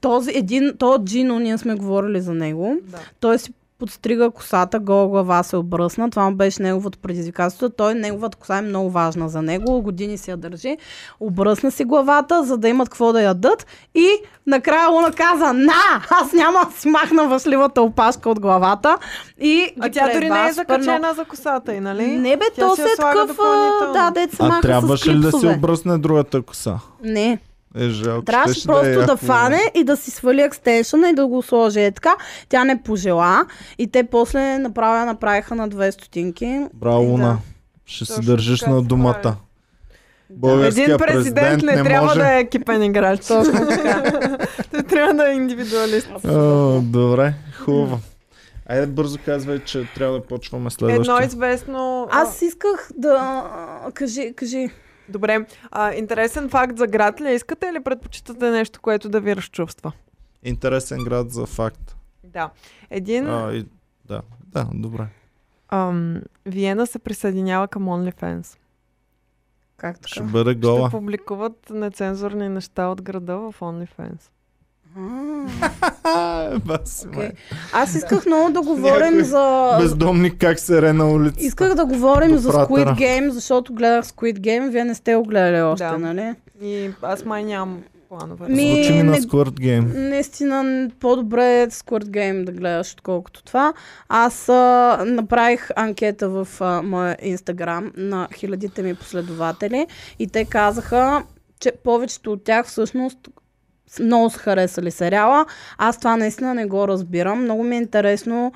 Speaker 3: този един, то Джино, ние сме говорили за него.
Speaker 2: Да.
Speaker 3: Той си подстрига косата, гола глава се обръсна. Това му беше неговото предизвикателство. Той, неговата коса е много важна за него. Години си я държи. Обръсна си главата, за да имат какво да ядат. И накрая Луна каза, на, аз няма да си махна въшливата опашка от главата. И
Speaker 2: А
Speaker 3: ги
Speaker 2: тя дори не е
Speaker 3: преба с пърно.
Speaker 2: закачена за косата и, нали?
Speaker 3: Не бе,
Speaker 2: Тя
Speaker 3: то
Speaker 2: си
Speaker 3: се
Speaker 2: я
Speaker 3: е
Speaker 2: слага
Speaker 3: такъв, а,
Speaker 2: допълнително.
Speaker 3: да, дет се
Speaker 1: А
Speaker 3: маха с
Speaker 1: трябваше ли да си
Speaker 3: клипсове.
Speaker 1: обръсне другата коса?
Speaker 3: Не.
Speaker 1: Е, жалко.
Speaker 3: Трябваше
Speaker 1: щеше
Speaker 3: просто да,
Speaker 1: е яко.
Speaker 3: фане и да си свали екстеншъна и да го сложи е така. Тя не пожела и те после направя, направиха на две стотинки.
Speaker 1: Браво,
Speaker 3: И да.
Speaker 1: Луна. Ще се
Speaker 2: Точно
Speaker 1: държиш
Speaker 2: така
Speaker 1: на
Speaker 3: е.
Speaker 2: се
Speaker 1: думата.
Speaker 2: прави.
Speaker 1: Българския
Speaker 2: Един президент не, трябва
Speaker 1: може...
Speaker 2: да е екипен играч. <laughs> Точно Той трябва да е индивидуалист.
Speaker 1: О, добре, хубаво. Айде бързо казвай, че трябва да почваме следващия.
Speaker 2: Едно известно... а,
Speaker 3: Аз исках да... Кажи, кажи.
Speaker 2: Добре. А, интересен факт за град ли е? искате или предпочитате нещо, което да ви разчувства?
Speaker 1: Интересен град за факт.
Speaker 2: Да. Един...
Speaker 1: А, и... Да, да, добре.
Speaker 2: Ам, Виена се присъединява към OnlyFans.
Speaker 3: Как
Speaker 1: Ще
Speaker 3: така?
Speaker 1: бъде
Speaker 2: Ще
Speaker 1: гола.
Speaker 2: публикуват нецензурни неща от града в OnlyFans.
Speaker 3: А,
Speaker 1: <laughs> А, баси,
Speaker 3: окей.
Speaker 1: Е, май.
Speaker 3: Аз исках много да
Speaker 1: Някой
Speaker 3: говорим за...
Speaker 1: Бездомник как се ре на улицата.
Speaker 3: Исках да говорим
Speaker 1: До
Speaker 3: за
Speaker 1: пратера.
Speaker 3: Squid Game, защото гледах Squid Game. Вие не сте го гледали още,
Speaker 2: Да.
Speaker 3: нали?
Speaker 2: И аз май нямам планове.
Speaker 3: Ми-
Speaker 1: Звучи ми на
Speaker 3: не- Е,
Speaker 1: Squirt Game.
Speaker 3: Наистина н- по-добре е Squid Game да гледаш, отколкото това. Аз а, направих анкета в а, моя инстаграм на хилядите ми последователи и те казаха, че повечето от тях всъщност с- много са харесали сериала. Аз това наистина не го разбирам. Много ми е интересно.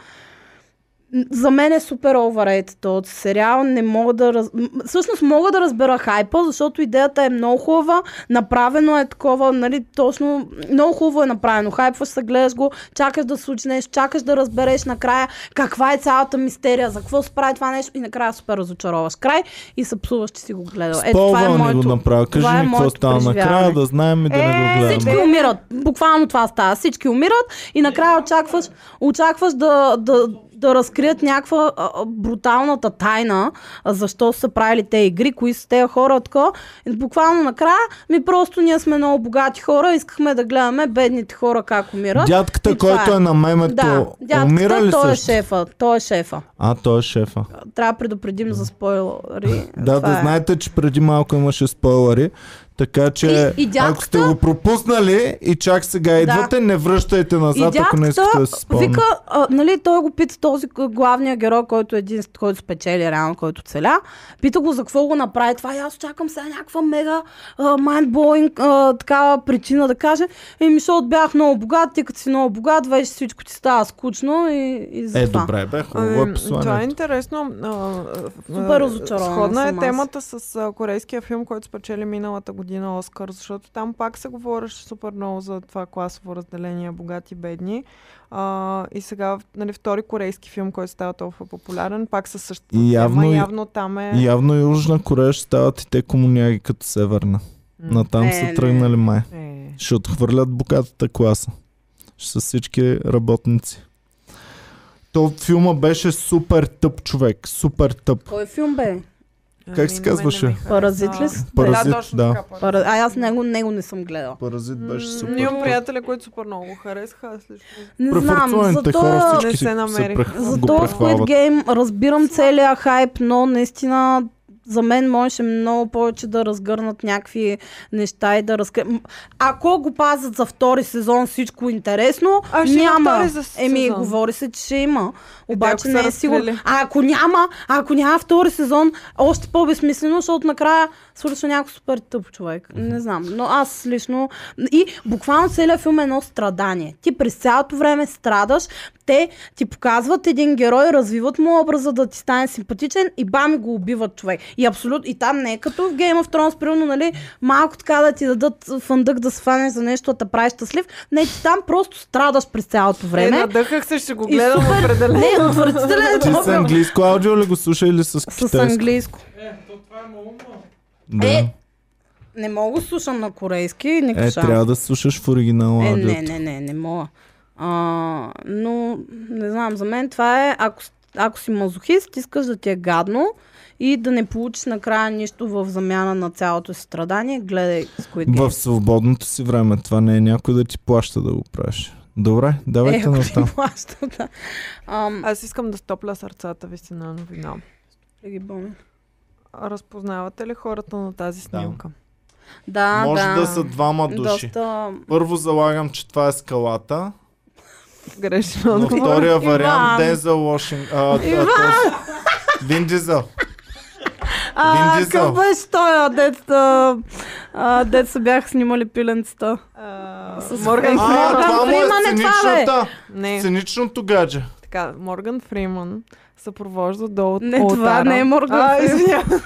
Speaker 3: Н- За мен е супер overrated този сериал. Не мога да раз... м- Всъщност мога да разбера хайпа, защото идеята е много хубава. Направено е такова, нали, точно много хубаво е направено. Хайпваш се, гледаш го, чакаш да се случи нещо, чакаш да разбереш накрая каква е цялата мистерия, за какво се прави това нещо и накрая супер разочароваш край и се псуваш, че си го гледал. Ето, това е
Speaker 1: Спълвал ни
Speaker 3: моето.
Speaker 1: го направя. Кажи
Speaker 3: това е
Speaker 1: ми какво
Speaker 3: моето
Speaker 1: става накрая,
Speaker 3: преживяване.
Speaker 1: да знаем и да не
Speaker 2: Е,
Speaker 1: го гледаме.
Speaker 3: Всички умират. Буквално това става. Всички умират и накрая очакваш, очакваш да, да, да разкрият някаква а, а, бруталната тайна, а, защо са правили те игри, кои са те хора, така. И Буквално накрая, ми просто ние сме много богати хора, искахме да гледаме бедните хора как умират.
Speaker 1: Дядката,
Speaker 3: И това
Speaker 1: който е на мемето,
Speaker 3: да,
Speaker 1: умира
Speaker 3: дядката,
Speaker 1: ли
Speaker 3: той е
Speaker 1: също?
Speaker 3: шефа. Той е шефа.
Speaker 1: А, той е шефа.
Speaker 3: Трябва да предупредим за спойлери.
Speaker 1: Да,
Speaker 3: Това
Speaker 1: да
Speaker 3: е.
Speaker 1: знаете, че преди малко имаше спойлери. Така че,
Speaker 3: И- и дядката-
Speaker 1: ако сте го пропуснали и чак сега идвате, не връщайте
Speaker 3: И
Speaker 1: назад, ако не искате да си спомните.
Speaker 3: вика, а, нали, той го пита този к- главния герой, който е един, който спечели реално, който целя. Пита го за какво го направи това и аз чакам сега някаква мега а, майндблоинг а, такава причина да каже. И ми, защото бях много богат, ти като си много богат, вече всичко ти става скучно и, и за
Speaker 1: Е,
Speaker 3: това.
Speaker 1: добре, бе, хубаво
Speaker 2: Ами,
Speaker 1: е
Speaker 2: Това е
Speaker 1: послание.
Speaker 2: интересно. а, а,
Speaker 3: Супер разочарована
Speaker 2: Сходна е
Speaker 3: съм аз.
Speaker 2: темата с а, корейския филм, който спечели миналата година Оскар, защото там пак се говореше супер много за това класово разделение богати бедни. А, и сега нали, втори корейски филм, който става толкова популярен, пак със същата
Speaker 1: И явно-
Speaker 2: тема. Явно там е...
Speaker 1: Явно Южна Корея ще стават и те комуняги като Северна.
Speaker 2: М.
Speaker 1: Натам
Speaker 3: Не,
Speaker 1: са
Speaker 3: не.
Speaker 1: тръгнали май.
Speaker 2: Е.
Speaker 1: Ще отхвърлят богатата класа. Ще са всички работници. То филма беше супер тъп човек. Супер тъп.
Speaker 3: Кой филм бе?
Speaker 1: Как се
Speaker 2: Ами, на мен не
Speaker 1: казваше?
Speaker 2: ми хареса.
Speaker 3: Паразит ли си?
Speaker 1: Паразит,
Speaker 2: да, точно
Speaker 1: да.
Speaker 2: така. Паразит.
Speaker 3: Пара... А аз него, него не съм гледала.
Speaker 1: Паразит беше супер.
Speaker 2: М, Имам
Speaker 1: тъп.
Speaker 2: приятели, които супер много го харесаха. Аз лично.
Speaker 3: Не знам,
Speaker 1: Преференционните
Speaker 3: за
Speaker 1: хора
Speaker 3: това...
Speaker 1: всички
Speaker 2: Не се
Speaker 1: се, се
Speaker 2: намерих.
Speaker 1: прех...
Speaker 3: За
Speaker 1: го
Speaker 3: този Squid
Speaker 1: прехвалват.
Speaker 3: Game разбирам целия хайп, но наистина за мен можеше много повече да разгърнат някакви неща и да разкрият. Ако го пазят за втори сезон всичко интересно,
Speaker 2: А, ще има
Speaker 3: няма.
Speaker 2: втори за с-
Speaker 3: Еми,
Speaker 2: сезон.
Speaker 3: говори се, че ще има. Обаче
Speaker 2: ако са
Speaker 3: не е сигурно.
Speaker 2: разкрили.
Speaker 3: А ако няма, а ако няма втори сезон, още по-безсмислено, защото накрая свършва някой супер тъп човек. Не знам. Но аз лично. И буквално целият филм е едно страдание. Ти през цялото време страдаш. Те ти показват един герой, развиват му образа да ти стане симпатичен и бам го убиват човек. И абсолютно. И там не е като в Game of Thrones, примерно, нали, малко така да ти дадат фандък да се фанеш за нещо, да те прави щастлив. Не, ти там просто страдаш през цялото време.
Speaker 2: Е, надъхах се, ще го
Speaker 3: И
Speaker 2: гледам
Speaker 3: супер-
Speaker 2: определено.
Speaker 3: Не, отвратителен е
Speaker 1: Ти с
Speaker 3: добър.
Speaker 1: английско аудио ли го слуша или с
Speaker 3: С
Speaker 1: китайско?
Speaker 3: английско.
Speaker 1: Да.
Speaker 3: Е, не мога да слушам на корейски и не
Speaker 1: Е,
Speaker 3: кажа.
Speaker 1: трябва да слушаш в оригинал
Speaker 3: Е,
Speaker 1: аудио.
Speaker 3: не, не, не, не мога. А, но, не знам, за мен това е, ако, с- ако си мазохист, искаш да ти е гадно и да не получиш накрая нищо в замяна на цялото си страдание, гледай Squid Game.
Speaker 1: В свободното си време. Това не е някой да ти плаща да го правиш. Добре,
Speaker 3: Е,
Speaker 1: давайте
Speaker 3: ако ти
Speaker 1: натам.
Speaker 3: плаща, да. Ам,
Speaker 2: Аз искам да стопля сърцата ви с една новина.
Speaker 3: да ги боня.
Speaker 2: Разпознавате ли хората на тази снимка?
Speaker 3: да,
Speaker 1: Може
Speaker 3: да.
Speaker 1: да са двама души.
Speaker 3: Доста...
Speaker 1: Първо залагам, че това е скалата.
Speaker 2: Грешно
Speaker 1: Но
Speaker 2: отговор.
Speaker 1: втория
Speaker 3: Иван.
Speaker 1: вариант Дензел Вашингтон. а, а, този- Вин Дизел. Вин
Speaker 3: А,
Speaker 1: Дизел.
Speaker 3: към беше той, деца, а, деца бях снимали пиленцата.
Speaker 2: А,
Speaker 3: С
Speaker 2: Морган
Speaker 3: фейк.
Speaker 1: А,
Speaker 2: Фриман.
Speaker 1: това му е
Speaker 3: Фриман е това, бе.
Speaker 1: сценичната.
Speaker 2: Не,
Speaker 1: Сценичното гадже.
Speaker 2: така, Морган Фриман съпровожда до
Speaker 3: Не, това не е Морган
Speaker 2: а,
Speaker 3: Фриман.
Speaker 2: извинявам.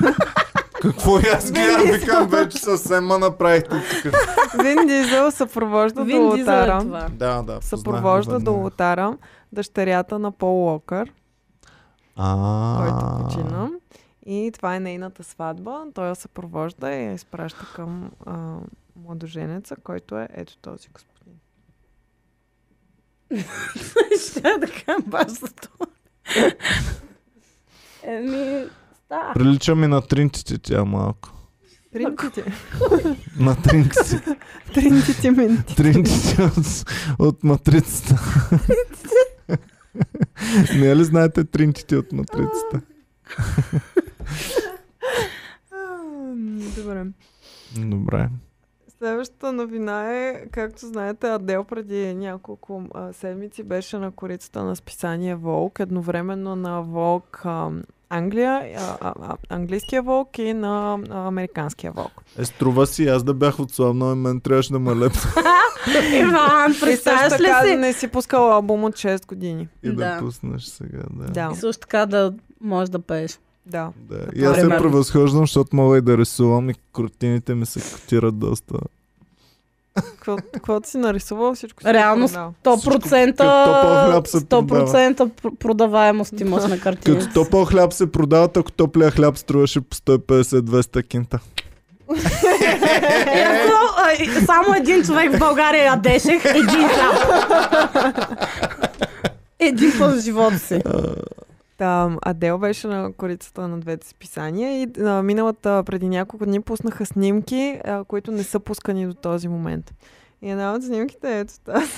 Speaker 1: Какво и аз гледам, викам вече съвсем ма направихте тук.
Speaker 2: Вин Дизел съпровожда до
Speaker 3: Вин Дизел е
Speaker 2: лотара.
Speaker 3: това.
Speaker 1: Да, да.
Speaker 2: съпровожда до
Speaker 1: долу.
Speaker 2: лотара дъщерята на Пол Локър, който почина. И това е нейната сватба. Той я съпровожда и я изпраща към а, младоженеца, който е ето този господин.
Speaker 3: Ще да кажа баш за това. Еми, да.
Speaker 1: Прилича ми на тринтите тя малко.
Speaker 2: Тринтите.
Speaker 3: <laughs>
Speaker 1: На тринтите.
Speaker 2: Тринтите минути.
Speaker 1: Тринтите от, от матрицата. Не ли знаете тринтите от матрицата?
Speaker 2: Добре.
Speaker 1: Добре.
Speaker 2: <laughs> Следващата новина е, както знаете, Адел преди няколко а, седмици беше на корицата на списание Волк, едновременно на Волк а, Англия, а, а, а, английския Волк и на а, американския Волк.
Speaker 1: Е, струва си, аз да бях отслабнал и мен трябваше да ме лепна
Speaker 3: Иван,
Speaker 2: И също
Speaker 3: представяш ли
Speaker 2: така
Speaker 3: си?
Speaker 2: не си пускала албум от 6 години.
Speaker 1: и да,
Speaker 3: Да.
Speaker 1: пуснеш сега. Да.
Speaker 2: Да,
Speaker 3: И също така да можеш да пееш.
Speaker 2: да.
Speaker 1: да. И аз се
Speaker 3: Примерно.
Speaker 1: превъзхождам, защото мога и да рисувам и картините ми се котират доста.
Speaker 2: Какво- Каквото си нарисувал, всичко си е
Speaker 3: Реално
Speaker 2: продал.
Speaker 3: 100%,
Speaker 1: Като топъл хляб се
Speaker 3: 100% пр- продаваемост имаш на картина.
Speaker 1: Като топъл хляб се продават, ако топлия хляб струваше по 150-200 кинта.
Speaker 3: Ясно, а, и- само един човек в България ядеше един хляб. Един път в живота си.
Speaker 2: Та, Адел беше на корицата на двете списания и а, миналата, преди няколко дни пуснаха снимки, а, които не са пускани до този момент. И една от снимките е ето тази.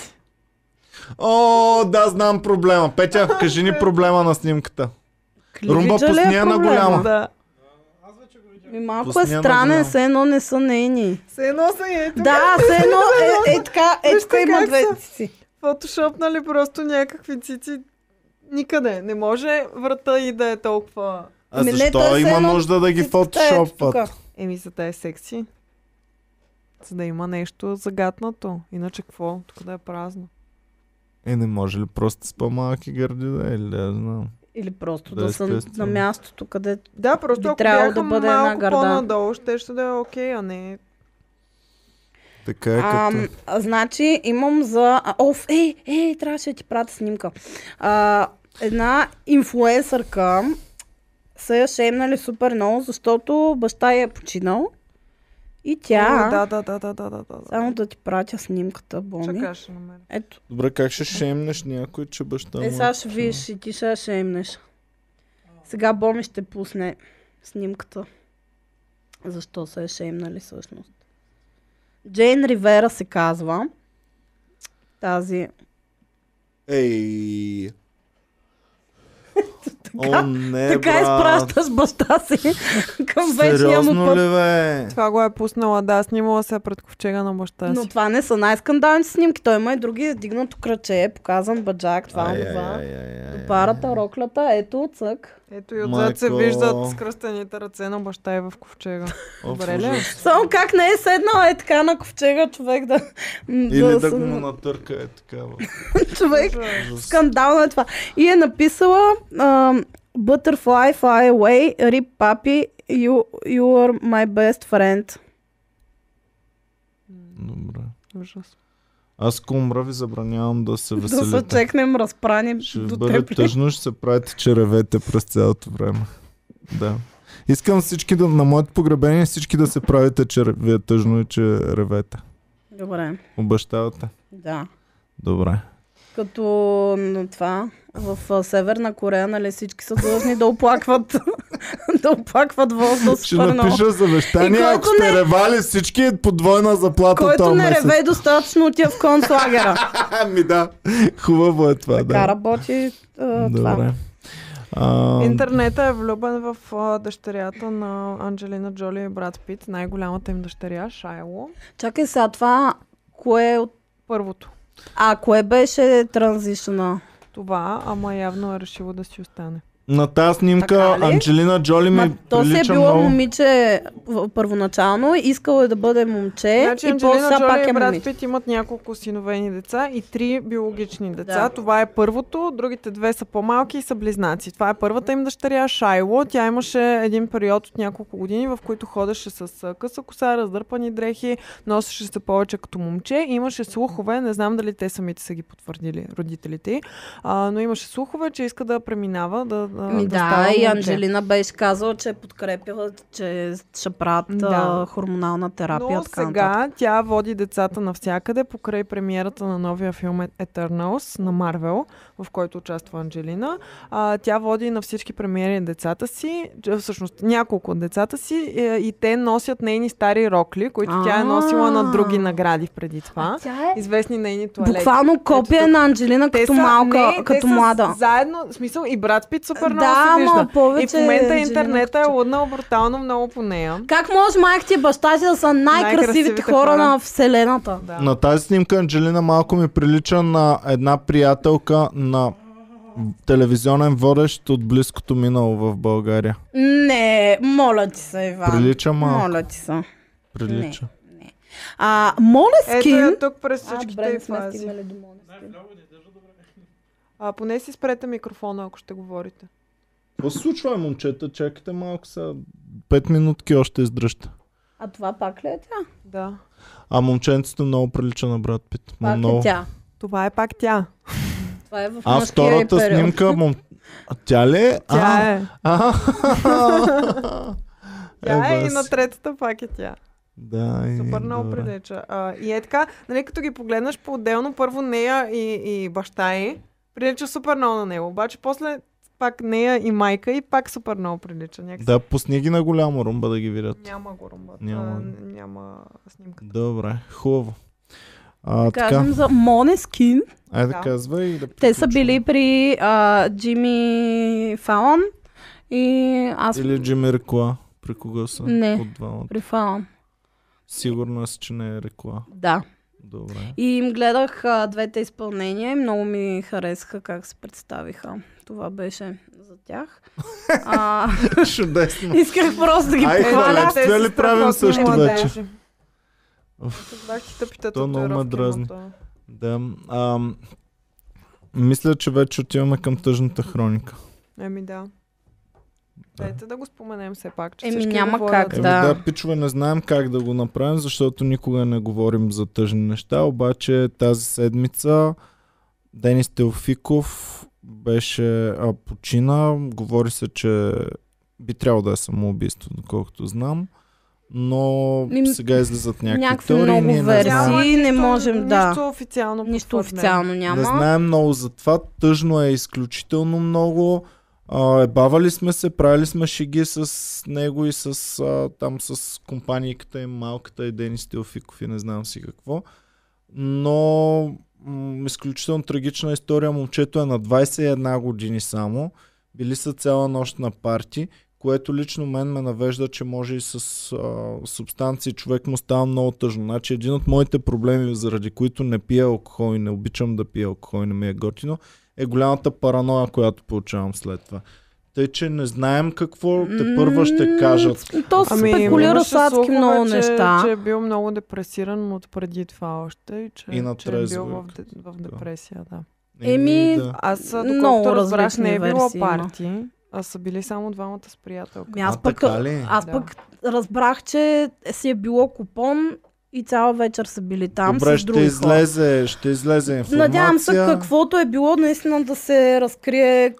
Speaker 1: О, да, знам проблема. Петя, кажи ни проблема на снимката. Румба
Speaker 3: Кливиджа ли е
Speaker 1: пусни я на
Speaker 3: проблема?
Speaker 1: голяма.
Speaker 2: Да.
Speaker 3: Ми, малко
Speaker 1: Пусни
Speaker 3: е
Speaker 1: я на
Speaker 3: странен,
Speaker 1: голяма.
Speaker 3: все едно не са нейни.
Speaker 2: Се едно са и ето.
Speaker 3: Да, все едно е, е така, е
Speaker 2: Вижте
Speaker 3: така има
Speaker 2: как
Speaker 3: две
Speaker 2: са.
Speaker 3: си.
Speaker 2: Фотошопнали просто някакви цици никъде. Не може врата и да е толкова...
Speaker 1: А
Speaker 3: Ми, не,
Speaker 1: защо
Speaker 3: той се
Speaker 1: има
Speaker 3: едно
Speaker 1: нужда да ги фотошопват?
Speaker 2: Еми, за да е секси. За да има нещо загатнато. Иначе какво? Тук да е празно.
Speaker 1: Е, не може ли просто с по-малки гърди да е? Или да знам.
Speaker 3: Или просто
Speaker 1: Да,
Speaker 3: да, са
Speaker 1: естествено.
Speaker 3: на мястото, където...
Speaker 2: Да, просто
Speaker 3: Би
Speaker 2: ако
Speaker 3: трябвало
Speaker 2: бяха
Speaker 3: да бъде една
Speaker 2: малко
Speaker 3: гърда.
Speaker 2: по-надолу, ще, ще да е окей, а не
Speaker 1: Така е
Speaker 3: Ам,
Speaker 1: като...
Speaker 3: а, значи имам за... а, Оф, ей, ей, трябваше да ти пратя снимка. А, една инфлуенсърка са я шеймнали супер много, защото баща й е починал. И тя...
Speaker 2: О, Да, да, да, да, да, да, да.
Speaker 3: Само да ти пратя снимката, Боми.
Speaker 2: Чакаш на мен.
Speaker 3: Ето,
Speaker 1: Добре, как ще шемнеш някой, че баща му...
Speaker 3: е, сега ще видиш и ти ще я шеймнеш. Сега Боми ще пусне снимката. Защо се е шеймнали всъщност. Джейн Ривера се казва. Тази.
Speaker 1: Ей... О,
Speaker 3: <laughs> Така-
Speaker 1: не,
Speaker 3: така
Speaker 1: Е, брат.
Speaker 3: изпращаш баща си към вечния му
Speaker 1: Сериозно
Speaker 3: път.
Speaker 1: ли, бе?
Speaker 2: Това го е пуснала, да, снимала се пред ковчега на баща
Speaker 3: Но
Speaker 2: си.
Speaker 3: това не са най-скандалните снимки. Той има и други. Дигнато кръче, показан баджак, това,
Speaker 1: Ай,
Speaker 3: това.
Speaker 1: ай, ай, ай, ай,
Speaker 3: Парата, роклята, ето, цък.
Speaker 2: Ето и отзад се
Speaker 1: Майко.
Speaker 2: виждат скръстените ръце на баща и в ковчега.
Speaker 1: Оф,
Speaker 2: Добре ли?
Speaker 1: ужас.
Speaker 3: Само как не е седнал е така на ковчега човек да...
Speaker 1: Или да
Speaker 3: се-
Speaker 1: го натърка е такава.
Speaker 3: Човек,
Speaker 1: Ужас.
Speaker 3: скандално е това. И е написала а, Butterfly Fly Away, Rip Papi, you, you are my best friend.
Speaker 1: Добре.
Speaker 2: Ужас.
Speaker 1: Аз ако умра ви забранявам да се
Speaker 3: Да се
Speaker 1: веселите.
Speaker 3: чекнем разпрани
Speaker 1: ще ви
Speaker 3: до
Speaker 1: бъде
Speaker 3: теб. ли?
Speaker 1: тъжно, ще се правите черевете през цялото време. Да. Искам всички да, на моето погребение всички да се правите, че ре- ви е тъжно и че ревете.
Speaker 3: Добре,
Speaker 1: Обещавате.
Speaker 3: да.
Speaker 1: Добре.
Speaker 3: Като на това, в а, Северна Корея, нали всички са длъжни да оплакват <laughs> да оплакват Волф
Speaker 1: Ще
Speaker 3: Суперноу.
Speaker 1: напиша завещание,
Speaker 3: И който
Speaker 1: ако сте
Speaker 3: не-
Speaker 1: ревали всички е по двойна заплата
Speaker 3: Който
Speaker 1: този
Speaker 3: не
Speaker 1: месец.
Speaker 3: реве достатъчно, отива в концлагера.
Speaker 1: <laughs> Ами <laughs> да, хубаво е това,
Speaker 3: Така
Speaker 1: да.
Speaker 3: работи а, това.
Speaker 1: Добре. А,
Speaker 2: Интернета е влюбен в а, дъщерята на Анджелина Джоли и Брат Пит, най-голямата им дъщеря, Шайло.
Speaker 3: Чакай сега, това кое от...
Speaker 2: Първото.
Speaker 3: А, кое беше транзишна?
Speaker 2: Това, ама явно е решило да си остане.
Speaker 1: на тази снимка
Speaker 3: Така ли?
Speaker 1: Анджелина Джоли ми
Speaker 3: Ма, то се е
Speaker 1: прилича
Speaker 3: било много...
Speaker 1: много.
Speaker 3: момиче в- първоначално, искало е да бъде момче
Speaker 2: значи,
Speaker 3: и после
Speaker 2: Анджелина
Speaker 3: сега
Speaker 2: Джоли
Speaker 3: пак
Speaker 2: и
Speaker 3: е
Speaker 2: Брат
Speaker 3: момиче.
Speaker 2: Пит имат няколко синовени деца и три биологични деца.
Speaker 3: Да.
Speaker 2: Това е първото, другите две са по-малки и са близнаци. Това е първата им дъщеря, Шайло. Тя имаше един период от няколко години, в който ходеше с а, къса коса, раздърпани дрехи, носеше се повече като момче. Имаше слухове, не знам дали те самите са ги потвърдили, родителите, й, а, но имаше слухове, че иска да преминава, да, да,
Speaker 3: Ми
Speaker 2: да става
Speaker 3: Ами да, и
Speaker 2: момче.
Speaker 3: Анджелина беше казала, че е подкрепила, че ще правят
Speaker 2: Да.
Speaker 3: а, хормонална терапия.
Speaker 2: Но
Speaker 3: така
Speaker 2: сега
Speaker 3: нататък.
Speaker 2: тя води децата навсякъде покрай премиерата на новия филм Eternals на Марвел, в който участва Анджелина. А, тя води на всички премиери децата си, че, всъщност няколко от децата си е, и те носят нейни стари рокли, които тя е носила на други
Speaker 3: А.
Speaker 2: награди преди това.
Speaker 4: Тя е
Speaker 2: Известни нейни туалети.
Speaker 3: Буквално копия
Speaker 2: тук-
Speaker 3: на Анджелина като
Speaker 2: са-
Speaker 3: малка,
Speaker 2: не,
Speaker 3: като
Speaker 2: те са
Speaker 3: млада.
Speaker 2: Заедно, в смисъл и брат Пит супер много
Speaker 3: Да,
Speaker 2: се вижда.
Speaker 3: ама повече
Speaker 2: и в момента
Speaker 3: Анджелина
Speaker 2: интернета е
Speaker 3: като че-
Speaker 2: луднал брутално много по нея.
Speaker 3: Как може майките и баща ти да са най-красивите
Speaker 2: Най-красивите
Speaker 3: хора
Speaker 2: хора.
Speaker 3: на Вселената?
Speaker 2: Да.
Speaker 1: На тази снимка Анджелина малко ми прилича на една приятелка на телевизионен водещ от близкото минало в България.
Speaker 3: Не, моля ти се, Иван.
Speaker 1: Прилича малко.
Speaker 3: Моля ти се.
Speaker 1: Прилича.
Speaker 3: А,
Speaker 2: Ето
Speaker 3: Молескин...
Speaker 2: е тук през
Speaker 3: а,
Speaker 2: всичките
Speaker 3: добре,
Speaker 2: й
Speaker 3: не сме
Speaker 2: фази.
Speaker 3: стигнали до Молескин.
Speaker 2: А, поне си спрете микрофона, ако ще говорите.
Speaker 1: Какво се случва, момчета? Чакайте малко са. Пет минутки още издръжте.
Speaker 3: А това пак ли е тя?
Speaker 2: Да.
Speaker 1: А момченцето много прилича на брат Пит. Ма
Speaker 3: Пак
Speaker 1: много.
Speaker 3: е тя.
Speaker 2: Това е пак тя.
Speaker 3: Това е в
Speaker 1: А
Speaker 3: мъжкия й
Speaker 1: втората
Speaker 3: период.
Speaker 1: снимка... Мом... А, тя ли е?
Speaker 2: Тя
Speaker 1: а,
Speaker 2: е.
Speaker 3: <laughs>
Speaker 1: А,
Speaker 2: Тя е и
Speaker 1: бас.
Speaker 2: на третата пак е тя.
Speaker 1: Да, и
Speaker 2: Супер много
Speaker 1: добре.
Speaker 2: прилича. А, и е така, нали, като ги погледнеш по-отделно, първо нея и, и баща й, прилича супер много на него. Обаче после пак нея и майка и пак супер много прилича. Някакси.
Speaker 1: Да, пусни ги на голямо румба да ги видят.
Speaker 2: Няма го румбата.
Speaker 1: Няма.
Speaker 2: Няма. няма снимка.
Speaker 1: Добре, хубаво. А, така,
Speaker 3: Кажем за Монескин.
Speaker 1: айде
Speaker 2: Да.
Speaker 1: казвай и да
Speaker 3: Те са
Speaker 1: приключим.
Speaker 3: били при а, Джимми Фалън и аз
Speaker 1: Или Джимми Рекла. При кого са?
Speaker 3: Не.
Speaker 1: От двамата.
Speaker 3: при Фалън.
Speaker 1: Сигурна си, че не е Рекла.
Speaker 3: Да. <laughs>
Speaker 1: Добре.
Speaker 3: И им гледах а, двете изпълнения и много ми харесаха как се представиха. Това беше за тях.
Speaker 1: <laughs>
Speaker 3: А,
Speaker 1: Чудесно.
Speaker 3: исках просто да ги
Speaker 2: Е,
Speaker 1: Ай,
Speaker 3: похваля.
Speaker 1: Валет, това Е, ли правим също вече? Уф,
Speaker 2: Бах ти тъпите
Speaker 1: То много ме
Speaker 2: татуировки,
Speaker 1: дразни.
Speaker 2: но то-
Speaker 1: Да. Ам, мисля, че вече отиваме към тъжната хроника.
Speaker 2: Еми Ами да. Дайте да го споменем все пак, че
Speaker 3: Еми,
Speaker 2: всички
Speaker 3: няма
Speaker 2: говорят.
Speaker 3: как.
Speaker 1: Еми да.
Speaker 3: Да.
Speaker 1: Ами да, пичове, не знаем как да го направим, защото никога не говорим за тъжни неща, обаче тази седмица Денис Теофиков беше а, почина. Говори се, че би трябвало да е самоубийство, доколкото знам. Но
Speaker 3: Ми,
Speaker 1: сега излизат някакви,
Speaker 3: някакви
Speaker 1: теории.
Speaker 3: много
Speaker 1: ние не
Speaker 3: версии.
Speaker 1: знаем.
Speaker 2: Няма
Speaker 3: Си не
Speaker 2: нищо-
Speaker 3: можем, да.
Speaker 2: Нищо официално.
Speaker 3: Нищо
Speaker 2: потвърдено.
Speaker 3: официално
Speaker 1: Не
Speaker 3: няма.
Speaker 1: знаем много за това. Тъжно е изключително много. А, ебавали сме се, правили сме шиги с него и с, а, там с компанийката и малката и Денис Теофиков и не знам си какво. Но м- изключително трагична история. Момчето е на 21 години само. Били са цяла нощ на парти, което лично мен ме навежда, че може и с а, субстанции човек му става много тъжно. Значи един от моите проблеми, заради които не пия алкохол и не обичам да пия алкохол и не ми е готино, е голямата параноя, която получавам след това. Тъй, че не знаем какво те първа ще
Speaker 3: М,
Speaker 1: кажат.
Speaker 3: То се
Speaker 1: Ами,
Speaker 3: спекулира
Speaker 2: имаше
Speaker 3: с адски
Speaker 2: слухове,
Speaker 3: много
Speaker 2: че,
Speaker 3: неща.
Speaker 2: Че е бил много депресиран от преди това още и че,
Speaker 1: И на
Speaker 2: че е
Speaker 1: трезво
Speaker 2: бил
Speaker 1: е
Speaker 2: в,
Speaker 1: като
Speaker 2: де- в депресия. Да.
Speaker 3: Еми,
Speaker 1: да.
Speaker 2: Аз, а,
Speaker 3: Много
Speaker 2: доколкото разбрах,
Speaker 3: различни
Speaker 2: не е било
Speaker 3: версии има.
Speaker 2: парти, а са били само двамата с приятелка.
Speaker 3: Ами аз
Speaker 1: А,
Speaker 3: пък,
Speaker 1: така ли?
Speaker 3: аз
Speaker 2: Да.
Speaker 3: пък разбрах, че си е било купон и цяла вечер са били там
Speaker 1: Добре,
Speaker 3: с
Speaker 1: ще
Speaker 3: други хора.
Speaker 1: излезе, ще излезе информация.
Speaker 3: Надявам се, каквото е било, наистина да се разкрие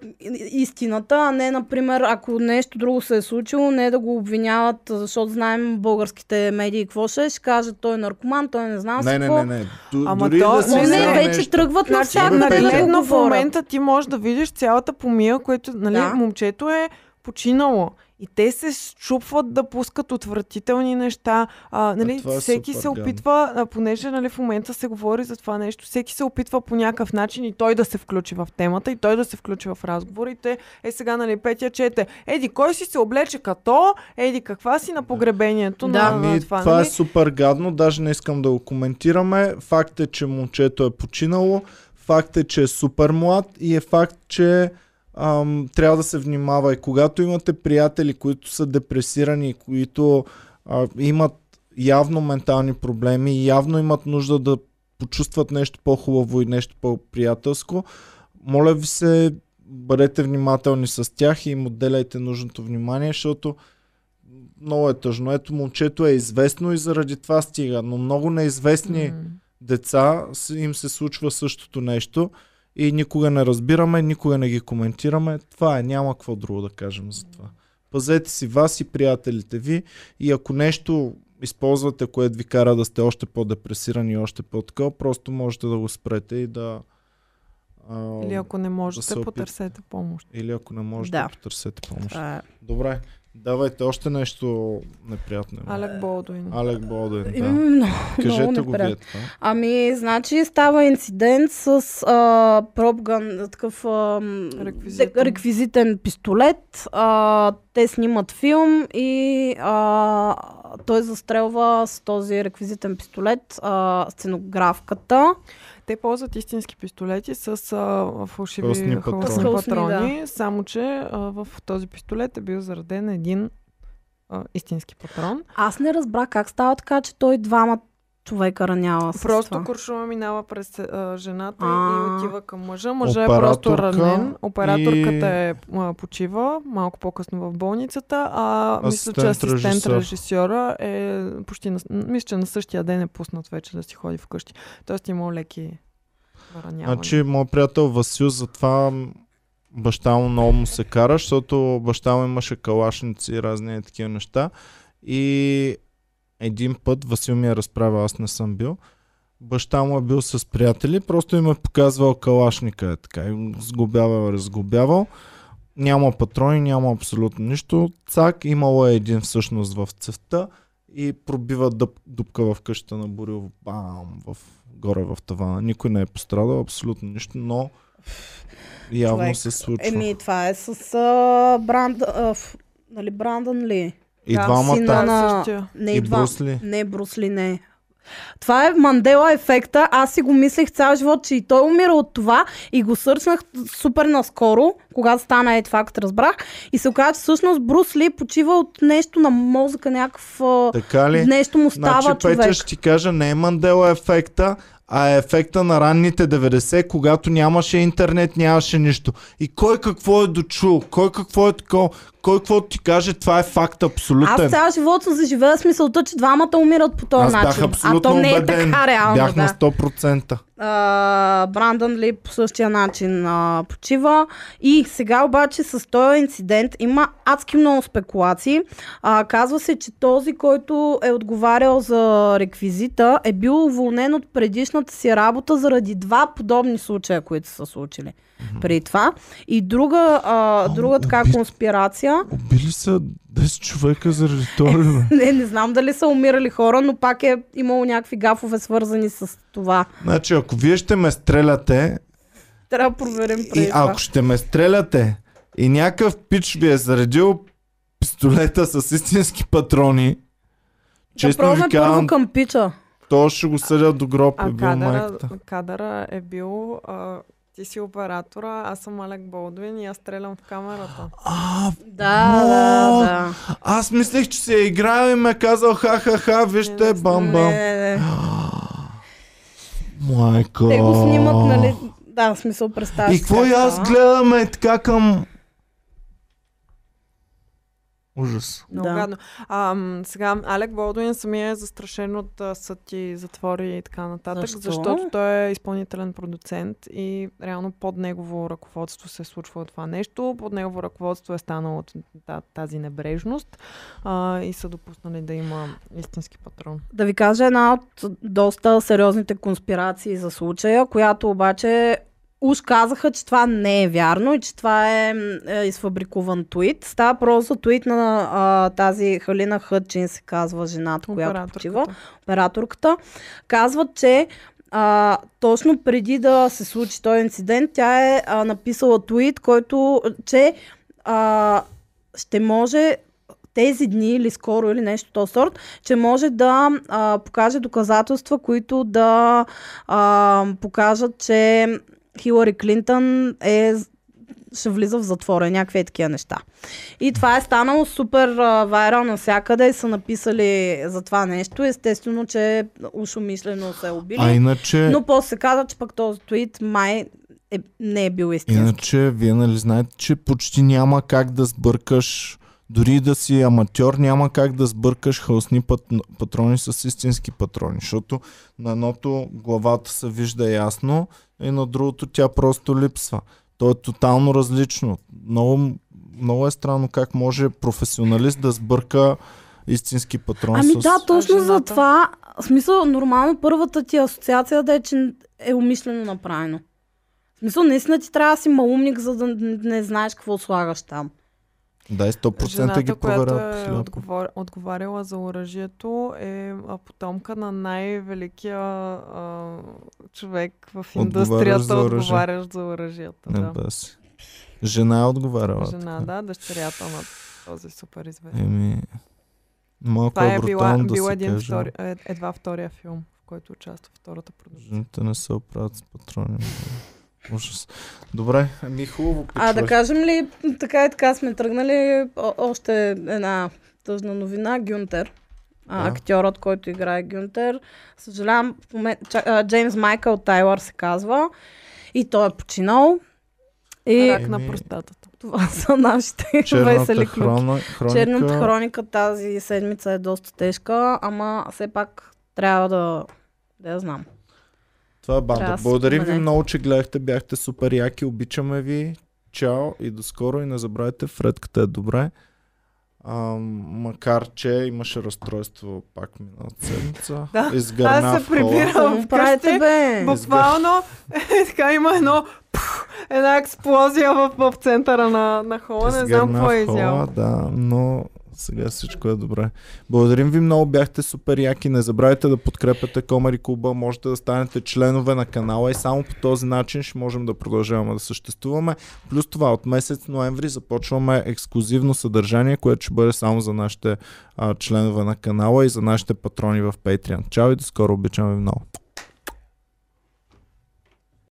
Speaker 3: истината, а не, например, ако нещо друго се е случило, не да го обвиняват, защото знаем българските медии какво ще, е, ще кажат той е наркоман, той не знам си
Speaker 1: Не, не,
Speaker 3: какво.
Speaker 1: не, не. Ду,
Speaker 2: Ама
Speaker 1: дори
Speaker 2: то-
Speaker 1: да си
Speaker 3: Но не,
Speaker 1: знае
Speaker 3: вече
Speaker 1: нещо.
Speaker 3: тръгват на
Speaker 2: Значи,
Speaker 1: Абе,
Speaker 3: всяка
Speaker 2: на
Speaker 1: Петя.
Speaker 2: ледно в момента ти можеш да видиш цялата помия, която нали,
Speaker 3: Да.
Speaker 2: момчето е починало. И те се щупват да пускат отвратителни неща. А, нали,
Speaker 1: това е
Speaker 2: всеки
Speaker 1: супер
Speaker 2: се
Speaker 1: гадно.
Speaker 2: опитва, а, понеже нали, в момента се говори за това нещо, всеки се опитва по някакъв начин и той да се включи в темата, и той да се включи в разговорите. Е сега, нали, Петя чете, еди, кой си се облече като, еди, каква си на погребението
Speaker 3: Да.
Speaker 2: на,
Speaker 1: Ами,
Speaker 2: на
Speaker 1: това,
Speaker 2: това.
Speaker 1: това е
Speaker 2: нали?
Speaker 1: супер гадно, даже не искам да го коментираме. Факт е, че момчето е починало, факт е, че е супер млад и е факт, че ам, трябва да се внимава. И когато имате приятели, които са депресирани, и които а, имат явно ментални проблеми и явно имат нужда да почувстват нещо по-хубаво и нещо по-приятелско, моля ви се, бъдете внимателни с тях и им отделяйте нужното внимание, защото много е тъжно. Ето момчето е известно и заради това стига, но много неизвестни
Speaker 2: М.
Speaker 1: деца с- им се случва същото нещо и никога не разбираме, никога не ги коментираме. Това е, няма какво друго да кажем за това. Пазете си вас и приятелите ви и ако нещо използвате, което ви кара да сте още по-депресирани и още по-така, просто можете да го спрете и да... А,
Speaker 2: Или ако не можете,
Speaker 1: опитате.
Speaker 2: потърсете помощ.
Speaker 1: или ако не можете, да.
Speaker 3: Да.
Speaker 1: потърсете помощ.
Speaker 3: Това е.
Speaker 1: Добре, давайте още нещо неприятно. има.
Speaker 2: Алек Болдуин.
Speaker 1: Алек Болдуин,
Speaker 3: Имаме
Speaker 1: да.
Speaker 3: много, много
Speaker 1: Кажете го
Speaker 3: неприятно.
Speaker 1: вие това.
Speaker 3: Ами, значи става инцидент с а, пробган, такъв а, м,
Speaker 2: Реквизитен.
Speaker 3: де- реквизитен пистолет. А, те снимат филм и а, той застрелва с този реквизитен пистолет а, сценографката.
Speaker 2: Те ползват истински пистолети с а, фалшиви
Speaker 1: Хълсни
Speaker 2: хълсни
Speaker 1: патрони.
Speaker 2: патрони,
Speaker 3: Хълсни,
Speaker 2: само че а, в този пистолет е бил зареден един а, истински патрон.
Speaker 3: Аз не разбрах как става така, че той двама човека ранява с
Speaker 2: Просто
Speaker 3: това.
Speaker 2: куршума минава през а, жената
Speaker 3: А.
Speaker 2: и отива към мъжа. Мъжа е
Speaker 1: Операторка
Speaker 2: просто ранен. Операторката
Speaker 1: и-
Speaker 2: е а, почива малко по-късно в болницата, а мисля, че
Speaker 1: Асистент
Speaker 2: асистент
Speaker 1: режисьор.
Speaker 2: режисьора е почти на, мисля, че на същия ден е пуснат вече да си ходи вкъщи. Тоест е имал леки ранявания.
Speaker 1: Значи, моят приятел Васил, затова м, баща му много му се кара, защото баща му имаше калашници и разни такива неща. И един път Васил ми е разправил, аз не съм бил. Баща му е бил с приятели, просто им е показвал калашника, е така. И го сгубявал, е разгубявал. Няма патрони, няма абсолютно нищо. Цак, имало е един всъщност в цевта и пробива дъп, дупка в къщата на Борил. Бам! В, горе в тавана. Никой не е пострадал, абсолютно нищо, но явно
Speaker 3: Човек,
Speaker 1: се случва.
Speaker 3: Еми, това е с а, Бранд, а, в, нали, Брандън ли?
Speaker 1: и
Speaker 2: да,
Speaker 3: сина
Speaker 1: двамата.
Speaker 3: на-
Speaker 2: Същия.
Speaker 3: Не,
Speaker 1: И
Speaker 3: и два.
Speaker 1: Брус ли?
Speaker 3: Не, Брус ли не. Това е Мандела ефекта. Аз си го мислех цял живот, че и той умира от това и го сърчнах супер наскоро, когато стана е това, като разбрах. И се оказа, че всъщност Брус Ли почива от нещо на мозъка, някакъв... а,
Speaker 1: Така ли?
Speaker 3: Нещо му става
Speaker 1: Значи,
Speaker 3: човек.
Speaker 1: Петя, ще ти кажа, не е Мандела ефекта, а е ефекта на ранните 90, когато нямаше интернет, нямаше нищо. И кой какво е дочул, кой какво е такова, кой какво ти каже, това е факт абсолютен.
Speaker 3: Аз цял живот съм заживела с мисълта, че двамата умират по този
Speaker 1: Аз бях
Speaker 3: начин.
Speaker 1: абсолютно
Speaker 3: А то не е
Speaker 1: убеден.
Speaker 3: така реално.
Speaker 1: Бях
Speaker 3: да.
Speaker 1: на 100%.
Speaker 3: а, Брандън Ли по същия начин а, почива. И сега обаче с този инцидент има адски много спекулации. А, казва се, че този, който е отговарял за реквизита, е бил уволнен от предишната си работа заради два подобни случая, които са се случили при това. И друга, а,
Speaker 1: О,
Speaker 3: друга така
Speaker 1: убит.
Speaker 3: конспирация.
Speaker 1: Убили са 10 човека заради това.
Speaker 3: Не, не знам дали са умирали хора, но пак е имало някакви гафове свързани с това.
Speaker 1: значи, ако вие ще ме стреляте,
Speaker 3: Трябва да проверим преди
Speaker 1: И
Speaker 3: това.
Speaker 1: ако ще ме стреляте и някакъв пич ви е заредил пистолета с истински патрони,
Speaker 3: Да
Speaker 1: честно ви
Speaker 3: пробваме
Speaker 1: казвам,
Speaker 3: първо към пича.
Speaker 1: то ще го съдят до гроб, е
Speaker 2: А
Speaker 1: бил
Speaker 2: кадъра,
Speaker 1: майката.
Speaker 2: кадъра е бил а, ти си оператора, аз съм Алек Болдуин и аз стрелям в
Speaker 3: <gasps>
Speaker 2: камерата.
Speaker 1: А,
Speaker 3: Да,
Speaker 1: Мо!
Speaker 3: да, да.
Speaker 1: аз мислех, че се е играл и ме е казал ха-ха-ха, вижте,
Speaker 2: Не,
Speaker 3: Не,
Speaker 1: бам-бам.
Speaker 3: не, не.
Speaker 1: Майка.
Speaker 3: Те го снимат, нали? Да, в смисъл представя.
Speaker 1: И какво и аз гледаме така към... Ужас.
Speaker 2: Много
Speaker 3: Да.
Speaker 2: да. гадно. А, м, сега, Алек Болдуин самия е застрашен от а, съд и затвори и така нататък,
Speaker 3: Защо?
Speaker 2: защото той е изпълнителен продуцент и реално под негово ръководство се е случвало това нещо. Под негово ръководство е станало от та- тази небрежност а, и са допуснали да има истински патрон.
Speaker 3: Да ви кажа една от доста сериозните конспирации за случая, която обаче уж казаха, че това не е вярно и че това е, м, е изфабрикуван твит. Става просто твит на а, тази Халина Хътчин, се казва жената, която почива
Speaker 2: Операторката.
Speaker 3: операторката, казват, че а, точно преди да се случи този инцидент, тя е а, написала твит, който, че а, ще може тези дни или скоро или нещо то сорт, че може да а, покаже доказателства, които да а, покажат, че Хилари Клинтън е ще влиза в затвора, и някакви е такива неща. И това е станало супер а, вайрал навсякъде и са написали за това нещо. Естествено, че ушумишлено се е убили.
Speaker 1: А иначе...
Speaker 3: Но после се каза, че пък този твит май е, не е бил истински.
Speaker 1: Иначе, вие нали знаете, че почти няма как да сбъркаш, дори да си аматьор, няма как да сбъркаш хълсни пат, патрони с истински патрони, защото на едното главата се вижда ясно и на другото тя просто липсва. То е тотално различно. Много, много е странно как може професионалист да сбърка истински патрон
Speaker 3: Ами
Speaker 1: с...
Speaker 3: да, точно
Speaker 2: жената.
Speaker 3: за това. В смисъл, нормално първата ти асоциация да е, че е умишлено направено. В смисъл, наистина ти трябва да си малумник, за да н- не знаеш какво слагаш там.
Speaker 1: да, и 100%
Speaker 2: Жената,
Speaker 1: ги
Speaker 2: която
Speaker 1: проверят.
Speaker 2: е
Speaker 1: сляпо.
Speaker 2: отговор... отговаряла за оръжието, е а, потомка на най-великия а, човек в
Speaker 1: Отговарящ
Speaker 2: индустрията,
Speaker 1: за оръжие.
Speaker 2: отговарящ за оръжията.
Speaker 1: Не,
Speaker 2: Да.
Speaker 1: без. Жена е отговаряла.
Speaker 2: Жена,
Speaker 1: така.
Speaker 2: да, дъщерята на този супер известен.
Speaker 1: Еми, малко
Speaker 2: Това
Speaker 1: е
Speaker 2: е била,
Speaker 1: брутално да
Speaker 2: бил
Speaker 1: се
Speaker 2: един
Speaker 1: каже.
Speaker 2: втори, е- едва втория филм, в който участва втората продукция.
Speaker 1: Жените не се оправят с патрони. Ужас. Добре, ами хубаво
Speaker 3: А да
Speaker 2: <laughs>
Speaker 1: почвай.
Speaker 3: кажем ли, така и така сме тръгнали о- още една тъжна новина. Гюнтер, а,
Speaker 1: Да.
Speaker 3: актьорът, който играе Гюнтер. Съжалявам, в момент, ча, а, Джеймс Майкъл Тайлър се казва. И той е починал. И
Speaker 2: Рак
Speaker 1: Еми,
Speaker 2: на простатата.
Speaker 3: това <laughs> са нашите
Speaker 1: Черната
Speaker 3: весели клюки.
Speaker 1: хрона, хроника.
Speaker 3: Черната хроника тази седмица е доста тежка, ама все пак трябва да... Да я знам.
Speaker 1: Това е банда.
Speaker 3: Трябва да се
Speaker 1: Благодарим ви
Speaker 3: спомене.
Speaker 1: много, че гледахте. Бяхте супер яки. Обичаме ви. Чао и до скоро. И не забравяйте, Фредката е добре. А, макар, че имаше разстройство пак миналата седмица.
Speaker 2: Да,
Speaker 1: Изгърна
Speaker 2: аз се
Speaker 1: в кола.
Speaker 2: прибирам.
Speaker 3: Какво
Speaker 2: вкъщи-
Speaker 3: правите, бе?
Speaker 2: Буквално <laughs> е, така има едно пф, една експлозия в, в центъра на, на хола. Не знам
Speaker 1: Изгърна
Speaker 2: какво е
Speaker 1: в хола,
Speaker 2: изява.
Speaker 1: Да, но сега всичко е добре. Благодарим ви много, бяхте супер яки. Не забравяйте да подкрепяте Комари Клуба, можете да станете членове на канала и само по този начин ще можем да продължаваме да съществуваме. Плюс това, от месец ноември започваме ексклюзивно съдържание, което ще бъде само за нашите а, членове на канала и за нашите патрони в Patreon. Чао и до скоро, обичаме ви много.